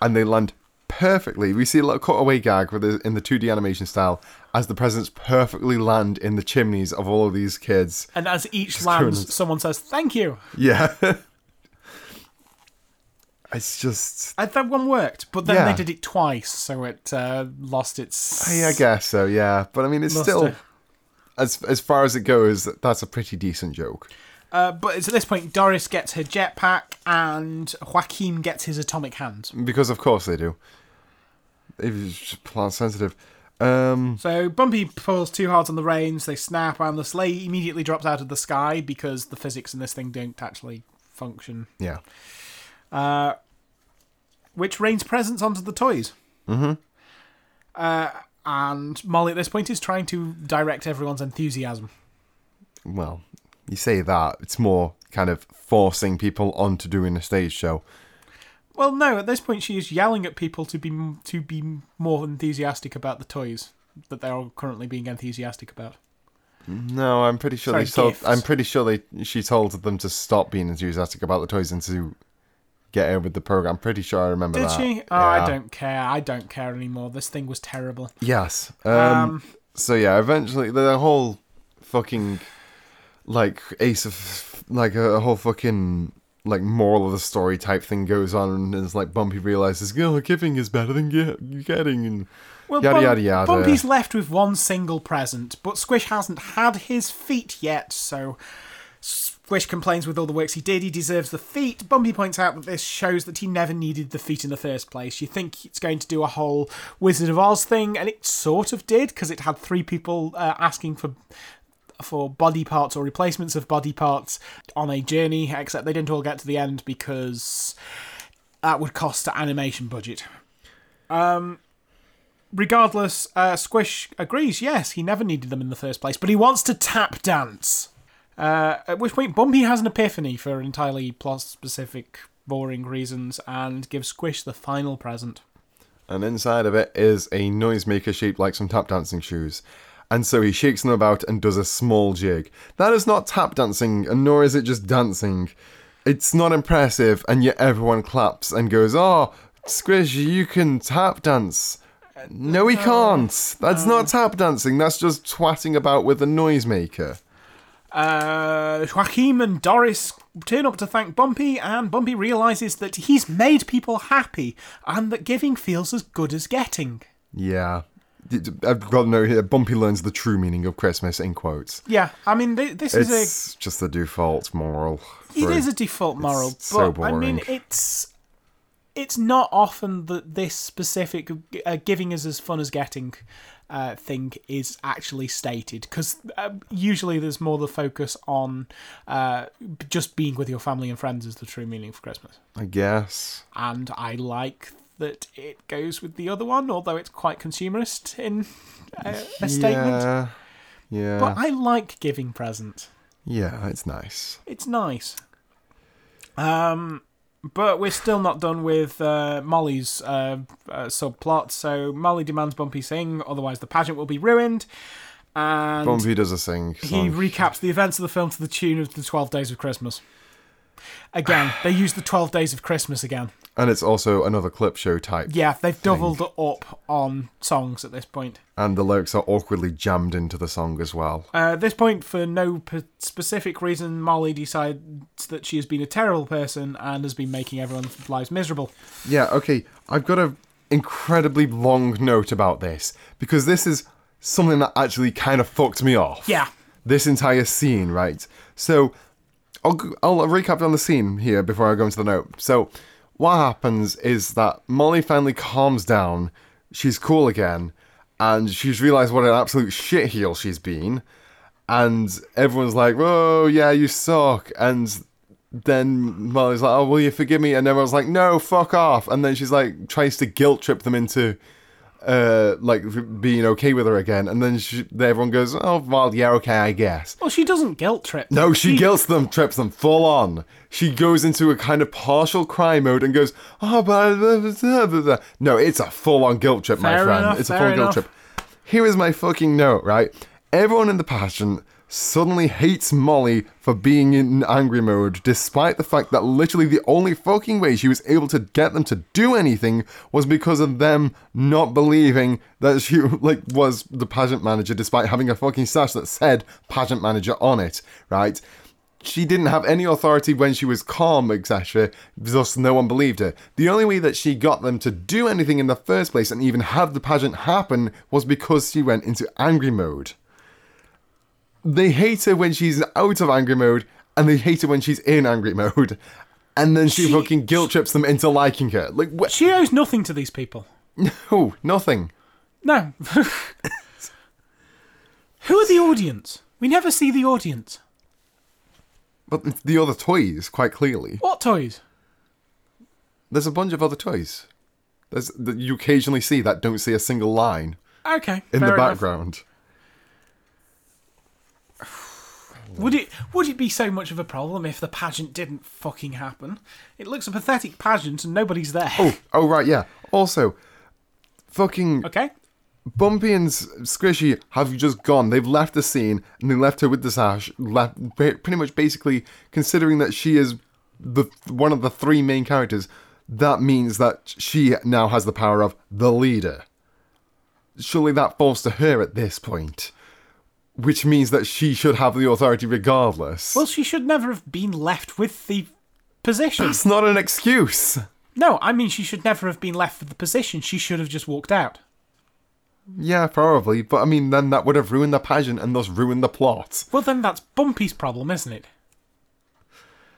Speaker 2: and they land perfectly. We see a little cutaway gag with the, in the 2D animation style as the presents perfectly land in the chimneys of all of these kids.
Speaker 1: And as each
Speaker 2: going
Speaker 1: lands, someone says, Thank you.
Speaker 2: Yeah. it's just.
Speaker 1: I, Uh, that one worked, but then
Speaker 2: Yeah. Oh,
Speaker 1: they did it twice, so it uh, lost its.
Speaker 2: I I guess so, yeah. But I mean, it's
Speaker 1: Luster.
Speaker 2: still. As, as far as it goes, that's a pretty decent joke.
Speaker 1: Uh, but it's at this point, Doris gets her jetpack and Joaquin gets his atomic hand.
Speaker 2: Because, of course, they do. It's plant sensitive. Um,
Speaker 1: So Bumpy pulls too hard on the reins, they snap, and the sleigh immediately drops out of the sky because the physics in this thing don't actually function.
Speaker 2: yeah.
Speaker 1: Which rains presents onto the toys. Mm hmm. Uh,
Speaker 2: Mm-hmm.
Speaker 1: and Molly at this point is trying to direct everyone's enthusiasm.
Speaker 2: Well, you say that. It's more kind of forcing people onto doing a stage show.
Speaker 1: Well, no. At this point, she is yelling at people to be to be more enthusiastic about the toys that they are currently being enthusiastic about.
Speaker 2: No, I'm pretty sure
Speaker 1: Sorry,
Speaker 2: they told.
Speaker 1: gifts.
Speaker 2: I'm pretty sure they. She told them to stop being enthusiastic about the toys and to get on with the program. Pretty sure I remember
Speaker 1: Did
Speaker 2: that.
Speaker 1: she? Oh,
Speaker 2: Yeah.
Speaker 1: I don't care. I don't care anymore. This thing was terrible.
Speaker 2: Yes. Um, So yeah, eventually the whole fucking like ace of like a whole fucking like moral of the story type thing goes on, and it's like Bumpy realizes, oh, giving is better than get- getting, and
Speaker 1: Well,
Speaker 2: yada
Speaker 1: Bum-
Speaker 2: yada yada.
Speaker 1: Bumpy's left with one single present, but Squish hasn't had his feet yet, so. Squish complains with all the works he did, he deserves the feet. Bumpy points out that this shows that he never needed the feet in the first place. You think it's going to do a whole Wizard of Oz thing, and it sort of did, because it had three people uh, asking for for body parts or replacements of body parts on a journey, except they didn't all get to the end because that would cost the animation budget. Um, regardless, uh, Squish agrees, yes, he never needed them in the first place, but he wants to tap dance. Uh, at which point, Bumpy has an epiphany for entirely plot specific, boring reasons and gives Squish the final present.
Speaker 2: and inside of it is a noisemaker shaped like some tap dancing shoes. And so he shakes them about and does a small jig. That is not tap dancing, and nor is it just dancing. It's not impressive, and yet everyone claps and goes, Oh, Squish, you can tap dance. No, he can't. That's not tap dancing, that's just twatting about with a noisemaker.
Speaker 1: Uh, Joachim and Doris turn up to thank Bumpy, and Bumpy realizes that he's made people happy and that giving feels as good as getting.
Speaker 2: Yeah. I've got no here. Bumpy learns the true meaning of Christmas, in quotes.
Speaker 1: Yeah, I mean, th- this is a
Speaker 2: It's just the default moral.
Speaker 1: it
Speaker 2: for-
Speaker 1: is a default moral, but
Speaker 2: so
Speaker 1: I mean,
Speaker 2: boring.
Speaker 1: it's it's not often that this specific uh, giving is as fun as getting uh, thing is actually stated because uh, usually there's more the focus on uh, just being with your family and friends is the true meaning for Christmas,
Speaker 2: I guess.
Speaker 1: and I like that it goes with the other one, although it's quite consumerist in uh, a statement.
Speaker 2: Yeah. Yeah.
Speaker 1: But I like giving presents.
Speaker 2: yeah, it's nice.
Speaker 1: It's nice. Um, but we're still not done with uh, Molly's uh, uh, subplot. So Molly demands Bumpy sing, otherwise the pageant will be ruined. And
Speaker 2: Bumpy does a sing.
Speaker 1: he
Speaker 2: Song.
Speaker 1: recaps the events of the film to the tune of the Twelve Days of Christmas. Again, they use the Twelve Days of Christmas again.
Speaker 2: and it's also another clip show type.
Speaker 1: Yeah, they've doubled up on songs at this point.
Speaker 2: And the lyrics are awkwardly jammed into the song as well.
Speaker 1: Uh, at this point, for no p- specific reason, Molly decides that she has been a terrible person and has been making everyone's lives miserable.
Speaker 2: Yeah, okay. I've got a incredibly long note about this because this is something that actually kind of fucked me off.
Speaker 1: Yeah.
Speaker 2: This entire scene, right? So I'll g- I'll recap on the scene here before I go into the note. So what happens is that Molly finally calms down. She's cool again. and she's realised what an absolute shitheel she's been, and everyone's like, "Oh yeah, you suck," and then Molly's like, "Oh, will you forgive me?" And everyone's like, "No, fuck off!" And then she's like, tries to guilt trip them into uh like being okay with her again and then she, everyone goes oh well yeah okay i guess
Speaker 1: Well, she doesn't guilt trip.
Speaker 2: no, she guilts them, trips them full on. She goes into a kind of partial cry mode and goes, oh, blah, blah, blah, blah, blah." no, it's a full on guilt trip, my
Speaker 1: Fair
Speaker 2: friend.
Speaker 1: enough,
Speaker 2: it's a
Speaker 1: fair
Speaker 2: full on guilt
Speaker 1: enough.
Speaker 2: trip. Here is my fucking note, right? Everyone in the pageant suddenly hates Molly for being in angry mode, despite the fact that literally the only fucking way she was able to get them to do anything was because of them not believing that she like was the pageant manager, despite having a fucking sash that said pageant manager on it, right? she didn't have any authority when she was calm, etc. Thus, no one believed her. The only way that she got them to do anything in the first place and even have the pageant happen was because she went into angry mode. They hate her when she's out of angry mode, and they hate her when she's in angry mode. And then she,
Speaker 1: She-
Speaker 2: fucking guilt trips them into liking her. Like, wh-
Speaker 1: She owes nothing to these people.
Speaker 2: no, nothing.
Speaker 1: No. Who are the audience? We never see the audience.
Speaker 2: But it's the other toys, quite clearly.
Speaker 1: What toys?
Speaker 2: There's a bunch of other toys. There's that you occasionally see that don't see a single line.
Speaker 1: Okay.
Speaker 2: in
Speaker 1: fair
Speaker 2: the
Speaker 1: enough.
Speaker 2: background.
Speaker 1: Would it would it be so much of a problem if the pageant didn't fucking happen? It looks a pathetic pageant and nobody's there.
Speaker 2: Oh, oh right, yeah. Also, fucking
Speaker 1: Okay.
Speaker 2: Bumpy and S- Squishy have just gone. They've left the scene and they left her with the sash. Left pre- pretty much, basically, considering that she is the one of the three main characters. That means that she now has the power of the leader. Surely that falls to her at this point, which means that she should have the authority regardless.
Speaker 1: Well, she should never have been left with the position.
Speaker 2: it's not an excuse.
Speaker 1: No, I mean she should never have been left with the position. She should have just walked out.
Speaker 2: Yeah, probably. But I mean, then that would have ruined the pageant and thus ruined the plot.
Speaker 1: Well, then that's Bumpy's problem, isn't it?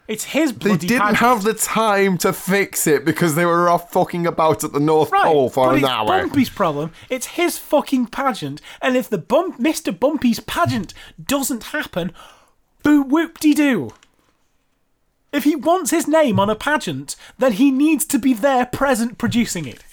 Speaker 1: It's his
Speaker 2: They
Speaker 1: bloody
Speaker 2: didn't
Speaker 1: pageant.
Speaker 2: have the time to fix it because they were off fucking about at the North
Speaker 1: Right,
Speaker 2: Pole for
Speaker 1: but
Speaker 2: an
Speaker 1: it's
Speaker 2: hour.
Speaker 1: Bumpy's problem. It's his fucking pageant, and if the bump Mr. Bumpy's pageant doesn't happen, boo whoop de doo. If he wants his name on a pageant, then he needs to be there, present, producing it.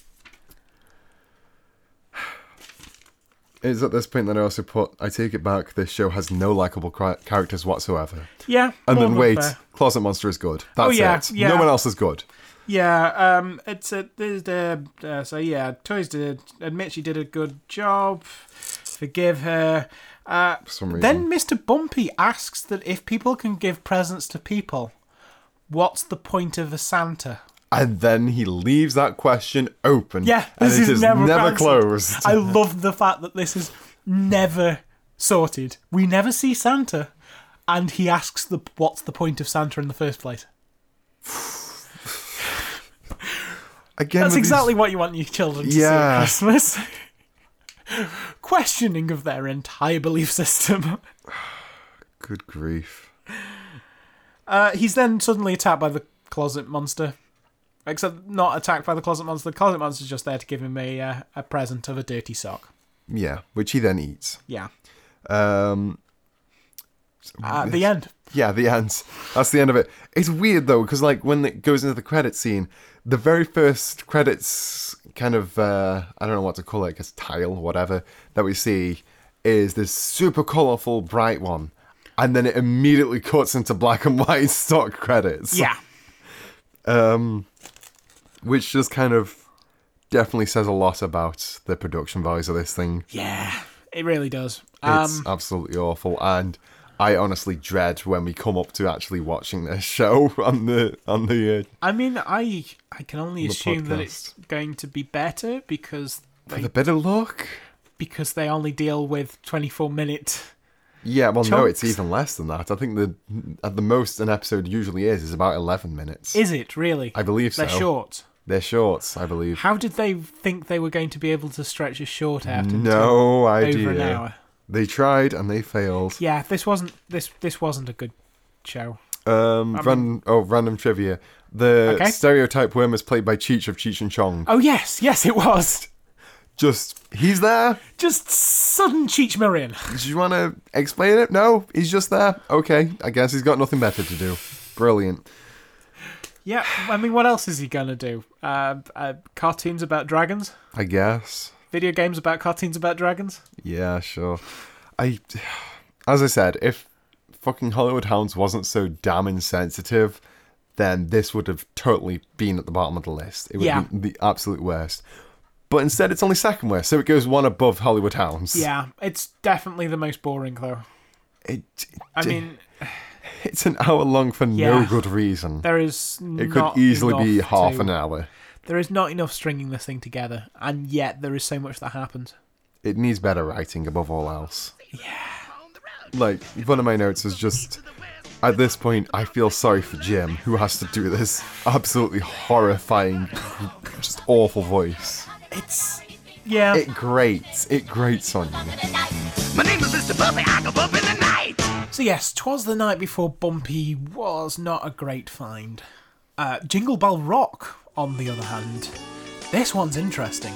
Speaker 2: It's at this point that I also put, I take it back, this show has no likable cra- characters whatsoever.
Speaker 1: Yeah.
Speaker 2: And
Speaker 1: more
Speaker 2: then
Speaker 1: than
Speaker 2: wait,
Speaker 1: fair. Oh,
Speaker 2: Closet Monster is good. That's
Speaker 1: yeah,
Speaker 2: it.
Speaker 1: yeah.
Speaker 2: No one else is good.
Speaker 1: Yeah. Um. It's a. There's the. Uh, so yeah, Toys did admit she did a good job. Forgive her. Uh,
Speaker 2: For some reason.
Speaker 1: Then Mr. Bumpy asks that if people can give presents to people, what's the point of a Santa?
Speaker 2: and then he leaves that question open.
Speaker 1: Yeah,
Speaker 2: and
Speaker 1: this
Speaker 2: it
Speaker 1: is, never, answered.
Speaker 2: closed.
Speaker 1: I love the fact that this is never sorted. We never see Santa, and he asks the what's the point of Santa in the first place.
Speaker 2: Again,
Speaker 1: That's
Speaker 2: with these-
Speaker 1: exactly what you want your children to
Speaker 2: Yeah.
Speaker 1: see at Christmas. Questioning of their entire belief system.
Speaker 2: Good grief.
Speaker 1: Uh, he's then suddenly attacked by the closet monster. Except not attacked by the closet monster. The closet monster's just there to give him a uh, a present of a dirty sock.
Speaker 2: Yeah, which he then eats.
Speaker 1: Yeah.
Speaker 2: Um,
Speaker 1: At Uh, the end.
Speaker 2: Yeah, the end. That's the end of it. It's weird though, because like when it goes into the credit scene, the very first credits kind of uh, I don't know what to call it, I guess tile, whatever that we see is this super colourful, bright one, and then it immediately cuts into black and white stock credits,
Speaker 1: Yeah.
Speaker 2: which just kind of definitely says a lot about the production values of this thing.
Speaker 1: Yeah. It really does. Uh,
Speaker 2: It's absolutely awful, and I honestly dread when we come up to actually watching this show on the on the. Uh,
Speaker 1: I mean, I I can only assume that it's
Speaker 2: podcast.
Speaker 1: going to be better because
Speaker 2: for
Speaker 1: they,
Speaker 2: the better luck.
Speaker 1: because they only deal with 24 minute.
Speaker 2: Yeah, well, no, it's
Speaker 1: Chunks.
Speaker 2: even less than that. I think the at the most an episode usually is is about eleven minutes.
Speaker 1: Is it really?
Speaker 2: I believe
Speaker 1: They're
Speaker 2: so.
Speaker 1: short.
Speaker 2: They're shorts, I believe.
Speaker 1: How did they think they were going to be able to stretch a short out
Speaker 2: Mm.
Speaker 1: into
Speaker 2: No idea.
Speaker 1: over an hour?
Speaker 2: They tried and they failed.
Speaker 1: Yeah, this wasn't this this wasn't a good show.
Speaker 2: Um, ran, oh, random trivia: the
Speaker 1: Okay.
Speaker 2: stereotype worm is played by Cheech of Cheech and Chong.
Speaker 1: Oh yes, yes it was.
Speaker 2: just he's there.
Speaker 1: Just sudden Cheech Marin.
Speaker 2: Do you want to explain it? No, he's just there. Okay, I guess he's got nothing better to do. Brilliant.
Speaker 1: Yeah, I mean, what else is he gonna do? Uh, uh, cartoons about dragons?
Speaker 2: I guess.
Speaker 1: Video games about cartoons about dragons?
Speaker 2: Yeah, sure. I, as I said, if fucking Hollywood Hounds wasn't so damn insensitive, then this would have totally been at the bottom of the list. It would
Speaker 1: Yeah.
Speaker 2: have been the absolute worst. But instead, it's only second worst, so it goes one above Hollywood Hounds.
Speaker 1: Yeah, it's definitely the most boring though.
Speaker 2: It,
Speaker 1: I mean,
Speaker 2: it's an hour long for
Speaker 1: Yeah.
Speaker 2: no good reason.
Speaker 1: there is
Speaker 2: It could easily be half
Speaker 1: an hour.
Speaker 2: an hour.
Speaker 1: There is not enough stringing this thing together, and yet there is so much that happens.
Speaker 2: It needs better writing above all else. Like, one of my notes is just at this point, I feel sorry for Jim, who has to do this absolutely horrifying, just awful voice.
Speaker 1: It's yeah,
Speaker 2: It grates, it grates on you.
Speaker 3: My name is Mr. Bumpy. I go bump in the night.
Speaker 1: So yes, 'Twas the night before Bumpy was not a great find. Uh, Jingle Bell Rock, on the other hand, this one's interesting.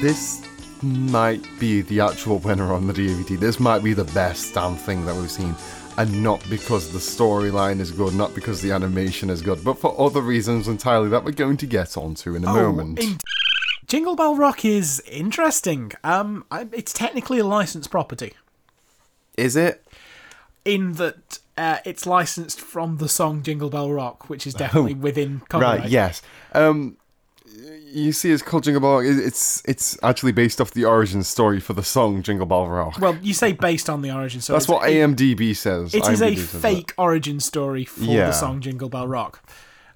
Speaker 2: This might be the actual winner on the DVD. This might be the best damn thing that we've seen. And not because the storyline is good, not because the animation is good, but for other reasons entirely that we're going to get onto in a moment.
Speaker 1: Oh, in- Jingle Bell Rock is interesting. Um, I- it's technically a licensed property
Speaker 2: Is it?
Speaker 1: in that uh, it's licensed from the song Jingle Bell Rock, which is definitely within copyright.
Speaker 2: Oh. Right, yes. Um, you see, it's called Jingle Bell. Rock. It- It's it's actually based off the origin story for the song Jingle Bell Rock.
Speaker 1: Well, you say based on the origin, so
Speaker 2: That's
Speaker 1: it's-
Speaker 2: what AMDB says.
Speaker 1: It is a
Speaker 2: IMDb says that.
Speaker 1: fake origin story for
Speaker 2: Yeah.
Speaker 1: the song Jingle Bell Rock,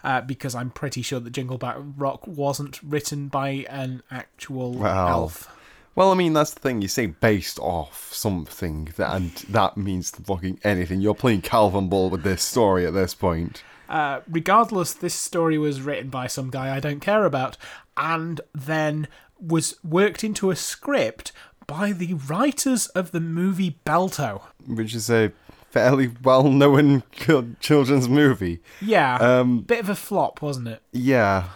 Speaker 1: uh, because I'm pretty sure that Jingle Bell Rock wasn't written by an actual
Speaker 2: Well.
Speaker 1: elf.
Speaker 2: Well, I mean, that's the thing. You say based off something, that, and that means fucking anything. You're playing Calvin Ball with this story at this point.
Speaker 1: Uh, regardless, this story was written by some guy I don't care about, and then was worked into a script by the writers of the movie Belto.
Speaker 2: Which is a fairly well known children's movie.
Speaker 1: Yeah,
Speaker 2: Um,
Speaker 1: bit of a flop, wasn't it?
Speaker 2: Yeah.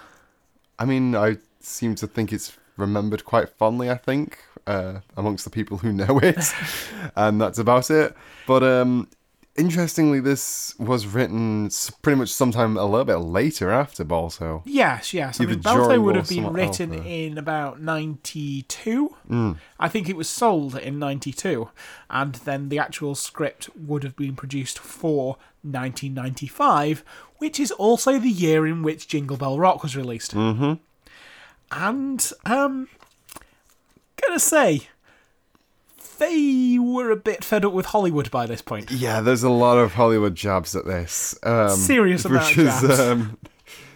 Speaker 2: I mean, I seem to think it's remembered quite fondly, I think, uh, amongst the people who know it. and that's about it. But um, interestingly, this was written s- pretty much sometime a little bit later after Balto.
Speaker 1: Yes, yes. I
Speaker 2: Either
Speaker 1: mean, Balto
Speaker 2: during
Speaker 1: would
Speaker 2: or
Speaker 1: have been
Speaker 2: somewhat
Speaker 1: written
Speaker 2: after.
Speaker 1: in about 92. I think it was sold in 92. And then the actual script would have been produced for 1995, which is also the year in which Jingle Bell Rock was released. Mm-hmm. And, um, gonna say, they were a bit fed up with Hollywood by this point.
Speaker 2: Yeah, there's a lot of Hollywood jabs at this. Um,
Speaker 1: Serious amount of
Speaker 2: which is,
Speaker 1: jabs.
Speaker 2: um,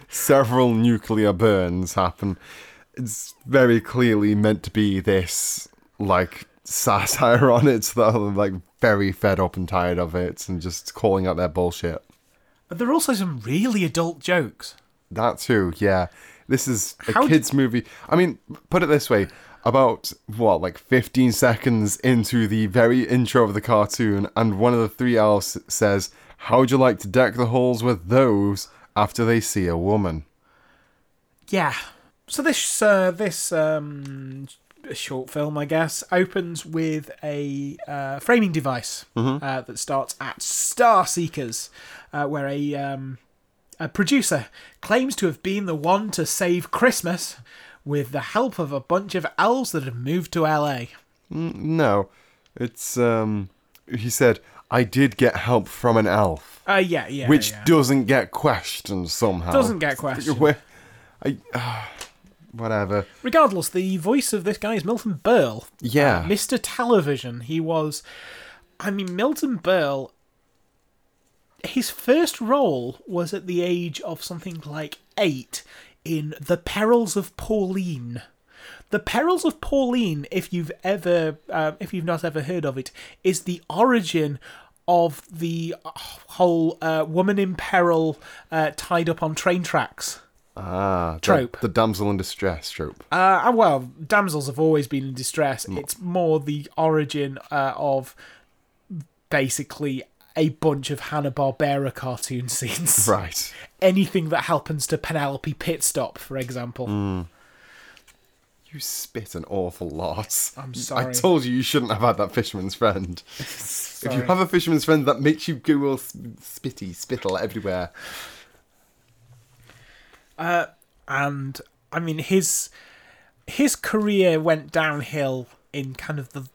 Speaker 2: several nuclear burns happen. It's very clearly meant to be this like satire on it, so that I'm like very fed up and tired of it, and just calling out their bullshit.
Speaker 1: But there are also some really adult jokes.
Speaker 2: That too, yeah. This is a
Speaker 1: How
Speaker 2: kids' movie. I mean, put it this way: about what, like fifteen seconds into the very intro of the cartoon, and one of the three elves says, "How'd you like to deck the halls with those?" After they see a woman.
Speaker 1: yeah. So this uh, this um, short film, I guess, opens with a uh, framing device uh, that starts at Star Seekers, uh, where a um, a producer claims to have been the one to save Christmas with the help of a bunch of elves that had moved to LA.
Speaker 2: No, it's um. He said, "I did get help from an elf,"
Speaker 1: Uh, yeah, yeah.
Speaker 2: which
Speaker 1: yeah.
Speaker 2: doesn't get questioned somehow.
Speaker 1: Doesn't get questioned.
Speaker 2: Where- I, ah, whatever.
Speaker 1: Regardless, the voice of this guy is Milton Berle,
Speaker 2: Yeah.
Speaker 1: Mr. Television. He was, I mean, Milton Berle. His first role was at the age of something like eight in The Perils of Pauline. The Perils of Pauline, if you've ever, um, if you've not ever heard of it, is the origin of the whole uh, woman in peril uh, tied up on train tracks.
Speaker 2: ah, the-
Speaker 1: Trope.
Speaker 2: The, damsel in distress trope.
Speaker 1: Uh, and well, damsels have always been in distress. It's more the origin uh, of basically a bunch of Hanna Barbera cartoon scenes.
Speaker 2: Right.
Speaker 1: Anything that happens to Penelope Pitstop, for example.
Speaker 2: You spit an awful lot.
Speaker 1: I'm
Speaker 2: I
Speaker 1: sorry.
Speaker 2: told you you shouldn't have had that fisherman's friend. If you
Speaker 1: Sorry.
Speaker 2: have a fisherman's friend, that makes you go all s- spitty, spittle everywhere.
Speaker 1: and I mean his his career went downhill in kind of the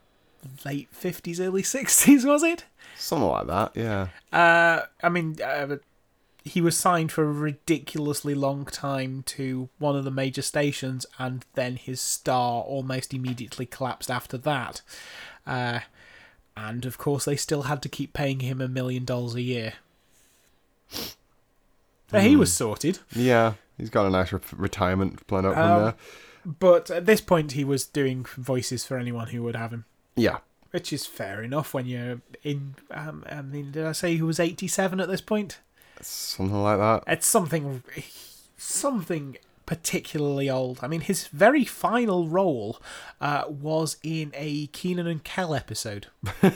Speaker 1: late fifties, early sixties, was it?
Speaker 2: Something like that, yeah.
Speaker 1: Uh, I mean, uh, he was signed for a ridiculously long time to one of the major stations, and then his star almost immediately collapsed after that. Uh, and of course, they still had to keep paying him a million dollars a year. So He was sorted.
Speaker 2: Yeah, he's got a nice re- retirement plan out from
Speaker 1: Oh.
Speaker 2: there.
Speaker 1: But at this point, he was doing voices for anyone who would have him,
Speaker 2: Yeah.
Speaker 1: which is fair enough when you're in. Um, I mean, did I say he was 87 at this point?
Speaker 2: Something like that.
Speaker 1: It's something, something particularly old. I mean, his very final role uh, was in a Keenan and Kel episode.
Speaker 2: Oh,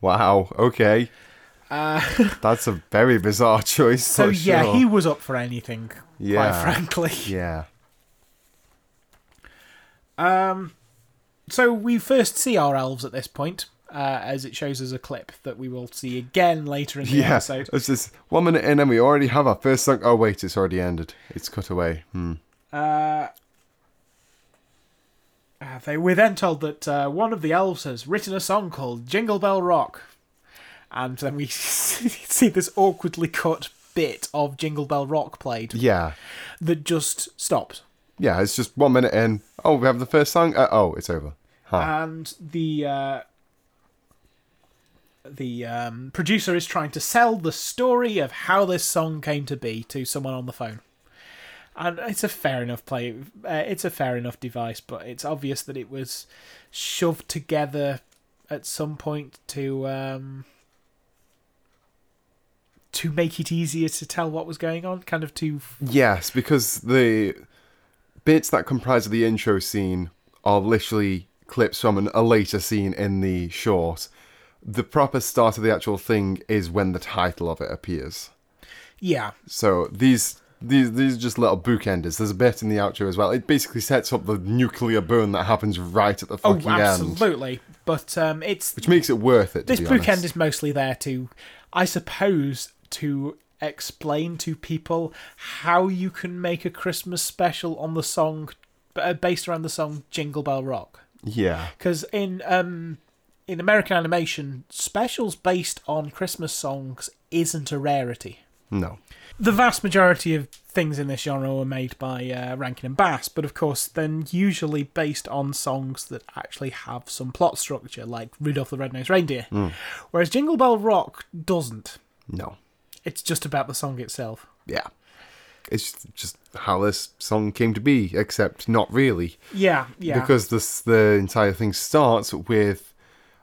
Speaker 2: Wow, okay. That's a very bizarre choice.
Speaker 1: Uh, So
Speaker 2: for
Speaker 1: yeah,
Speaker 2: sure.
Speaker 1: he was up for anything.
Speaker 2: Yeah.
Speaker 1: Quite frankly.
Speaker 2: Yeah.
Speaker 1: So we first see our elves at this point. Uh, as it shows us a clip that we will see again later in the
Speaker 2: Yeah.
Speaker 1: episode.
Speaker 2: It's just one minute in and we already have our first song. Oh, wait, it's already ended. It's cut away. Hmm.
Speaker 1: Uh, they were then told that uh, one of the elves has written a song called Jingle Bell Rock. And then we see this awkwardly cut bit of Jingle Bell Rock played
Speaker 2: Yeah.
Speaker 1: that just stops.
Speaker 2: Yeah, it's just one minute in. Oh, we have the first song. Uh, oh, it's over. Huh.
Speaker 1: And the. Uh, the um, producer is trying to sell the story of how this song came to be to someone on the phone, and it's a fair enough play. Uh, it's a fair enough device, but it's obvious that it was shoved together at some point to um, to make it easier to tell what was going on, kind of to
Speaker 2: yes, because the bits that comprise of the intro scene are literally clips from an, a later scene in the short. The proper start of the actual thing is when the title of it appears.
Speaker 1: yeah,
Speaker 2: So these these these are just little bookenders. There's a bit in the outro as well. It basically sets up the nuclear burn that happens right at the
Speaker 1: oh
Speaker 2: fucking end,
Speaker 1: absolutely. But um, it's
Speaker 2: which makes it worth it. To
Speaker 1: this
Speaker 2: be
Speaker 1: bookend
Speaker 2: honest.
Speaker 1: is mostly there to, I suppose, to explain to people how you can make a Christmas special on the song, uh, based around the song Jingle Bell Rock.
Speaker 2: yeah,
Speaker 1: Because in um, in American animation, specials based on Christmas songs isn't a rarity.
Speaker 2: no,
Speaker 1: The vast majority of things in this genre were made by uh, Rankin and Bass, but of course, then usually based on songs that actually have some plot structure, like Rudolph the Red-Nosed Reindeer. Whereas Jingle Bell Rock doesn't.
Speaker 2: no,
Speaker 1: It's just about the song itself.
Speaker 2: yeah. It's just how this song came to be, except not really.
Speaker 1: Yeah, yeah.
Speaker 2: because this the entire thing starts with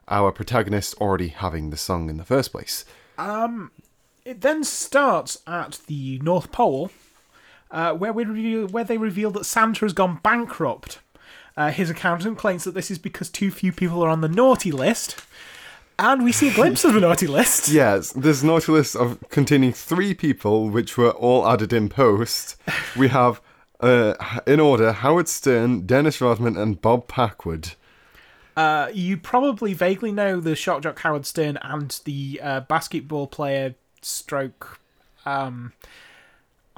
Speaker 2: our protagonist already having the song in the first place.
Speaker 1: it then starts at the North Pole, uh, where we re- where they reveal that Santa has gone bankrupt. Uh, his accountant claims that this is because too few people are on the naughty list, and we see a glimpse of the naughty list.
Speaker 2: Yes, there's an naughty list of containing three people, which were all added in post. We have, uh, in order, Howard Stern, Dennis Rodman, and Bob Packwood.
Speaker 1: you probably vaguely know the shock jock Howard Stern and the uh, basketball player stroke. Um,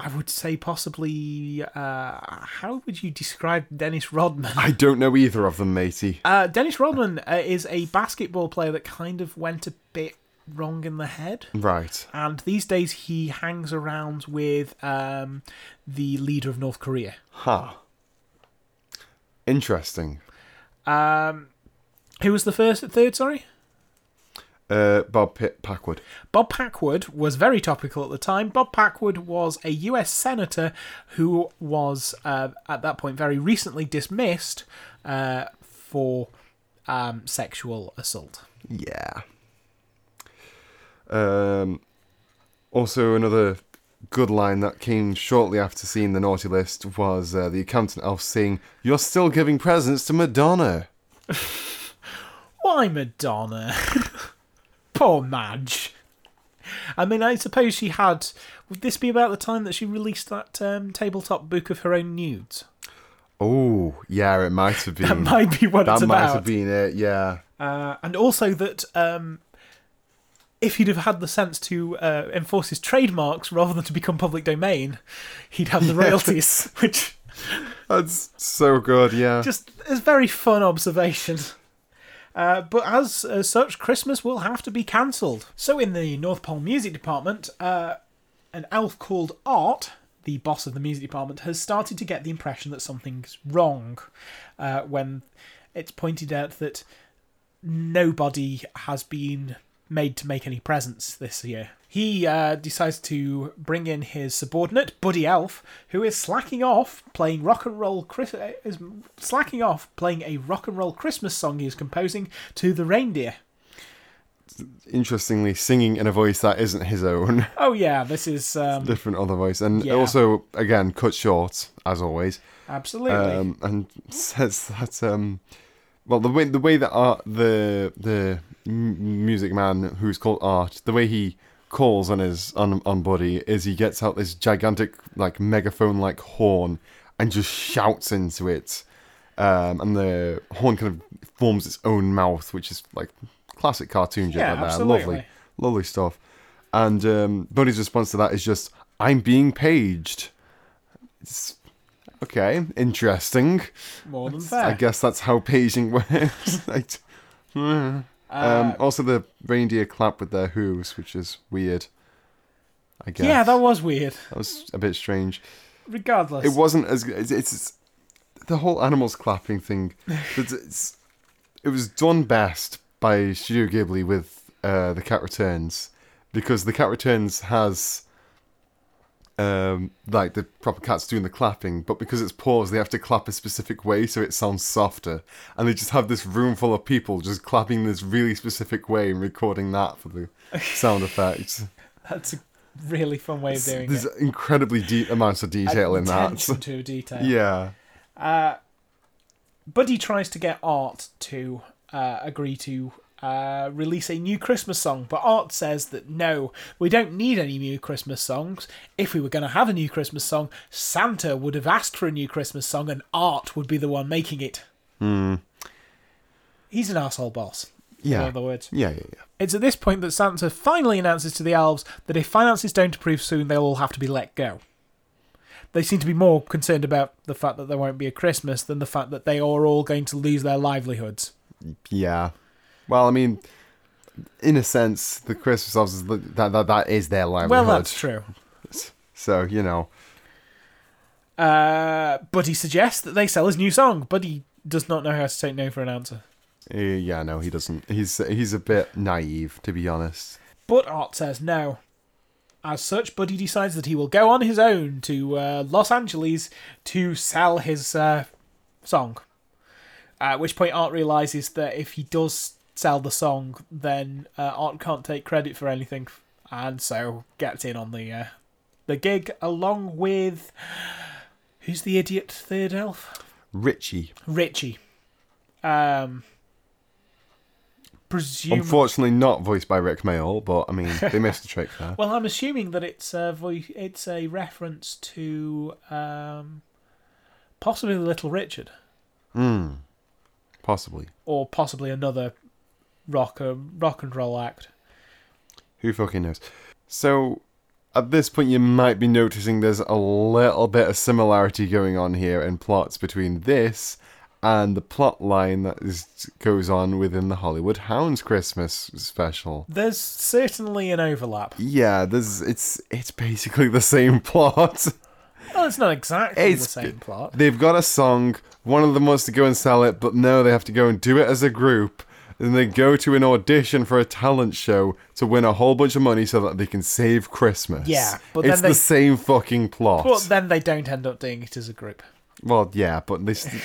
Speaker 1: I would say possibly. Uh, how would you describe Dennis Rodman?
Speaker 2: I don't know either of them, matey.
Speaker 1: Uh, Dennis Rodman uh, is a basketball player that kind of went a bit wrong in the head.
Speaker 2: right.
Speaker 1: And these days he hangs around with um, the leader of North Korea.
Speaker 2: Ha. Interesting.
Speaker 1: Who was the first, third, sorry?
Speaker 2: Uh, Bob P- Packwood.
Speaker 1: Bob Packwood was very topical at the time. Bob Packwood was a US senator who was, uh, at that point, very recently dismissed uh, for um, sexual assault.
Speaker 2: Yeah. Um, also, another good line that came shortly after seeing the naughty list was uh, the accountant elf saying, You're still giving presents to Madonna.
Speaker 1: Why Madonna? Poor Madge. I mean, I suppose she had. Would this be about the time that she released that um, tabletop book of her own nudes?
Speaker 2: Oh, yeah, it might have been.
Speaker 1: That might be what
Speaker 2: Hmm. That
Speaker 1: it's
Speaker 2: might
Speaker 1: about.
Speaker 2: have been it. Yeah.
Speaker 1: Uh, and also that um, if he'd have had the sense to uh, enforce his trademarks rather than to become public domain, he'd have the royalties, which
Speaker 2: That's so good. Yeah.
Speaker 1: just is very fun observation. Uh, but as, as such, Christmas will have to be cancelled. So, in the North Pole music department, uh, an elf called Art, the boss of the music department, has started to get the impression that something's wrong uh, when it's pointed out that nobody has been made to make any presents this year. He uh, decides to bring in his subordinate, Buddy Elf, who is slacking off playing rock and roll Chris- uh, is slacking off playing a rock and roll Christmas song he is composing to the reindeer.
Speaker 2: Interestingly, singing in a voice that isn't his own,
Speaker 1: Oh yeah, this is um,
Speaker 2: different other voice, and
Speaker 1: Yeah.
Speaker 2: also again cut short as always.
Speaker 1: absolutely
Speaker 2: um, and says that um, well the way the way that art the the m- music man who's called art the way he calls on his on on buddy is he gets out this gigantic like megaphone like horn and just shouts into it um, and the horn kind of forms its own mouth which is like classic cartoon
Speaker 1: Yeah,
Speaker 2: yeah, like that.
Speaker 1: absolutely.
Speaker 2: lovely lovely stuff and um, buddy's response to that is just i'm being paged it's okay interesting
Speaker 1: more than fair.
Speaker 2: I guess that's how paging works. Like, hmm.
Speaker 1: Uh,
Speaker 2: um, also, the reindeer clap with their hooves, which is weird. I guess.
Speaker 1: Yeah, that was weird.
Speaker 2: That was a bit strange.
Speaker 1: Regardless,
Speaker 2: It wasn't as it's, it's the whole animals clapping thing. It's, it's- it was done best by Studio Ghibli with uh, the Cat Returns because the Cat Returns has um, like the proper cats doing the clapping, but because it's paused, they have to clap a specific way so it sounds softer, and they just have this room full of people just clapping this really specific way and recording that for the sound effects.
Speaker 1: that's a really fun way of doing
Speaker 2: There's
Speaker 1: it.
Speaker 2: incredibly deep amounts of detail in
Speaker 1: Attention
Speaker 2: that.
Speaker 1: to detail.
Speaker 2: Yeah.
Speaker 1: Buddy tries to get Art to uh, agree to uh, release a new Christmas song, but Art says that no, we don't need any new Christmas songs. If we were going to have a new Christmas song, Santa would have asked for a new Christmas song and Art would be the one making it. He's an asshole boss.
Speaker 2: Yeah.
Speaker 1: In other words,
Speaker 2: Yeah, yeah, yeah.
Speaker 1: it's at this point that Santa finally announces to the elves that if finances don't improve soon, they'll all have to be let go. They seem to be more concerned about the fact that there won't be a Christmas than the fact that they are all going to lose their livelihoods.
Speaker 2: Yeah. Well, I mean, in a sense, the Christmas elves is the- that that that is their
Speaker 1: Well,
Speaker 2: livelihood.
Speaker 1: that's true.
Speaker 2: So you know,
Speaker 1: Uh, Buddy suggests that they sell his new song. Buddy does not know how to take no for an answer.
Speaker 2: eh, yeah, no, he doesn't. He's he's a bit naive, to be honest.
Speaker 1: But Art says no. As such, Buddy decides that he will go on his own to uh, Los Angeles to sell his uh, song. At which point, Art realizes that if he does sell the song, then uh, Art can't take credit for anything, and so gets in on the uh, the gig along with who's the idiot third elf?
Speaker 2: Richie,
Speaker 1: Richie. Um, presume.
Speaker 2: unfortunately, not voiced by Rick Mayall, but I mean, they missed a trick there.
Speaker 1: Well, I'm assuming that it's a voice, it's a reference to um, possibly Little Richard
Speaker 2: Possibly.
Speaker 1: or possibly another rock uh, rock and roll act.
Speaker 2: Who fucking knows? So, at this point, you might be noticing there's a little bit of similarity going on here in plots between this and the plot line that is, goes on within the Hollywood Hounds Christmas special.
Speaker 1: There's certainly an overlap.
Speaker 2: Yeah, there's it's it's basically the same plot.
Speaker 1: Well, it's not exactly
Speaker 2: It's
Speaker 1: the same plot.
Speaker 2: They've got a song. One of them wants to go and sell it, but no, they have to go and do it as a group. Then they go to an audition for a talent show to win a whole bunch of money so that they can save Christmas.
Speaker 1: Yeah, but
Speaker 2: it's
Speaker 1: then they-
Speaker 2: the same fucking plot.
Speaker 1: But then they don't end up doing it as a group.
Speaker 2: well, yeah, but they st-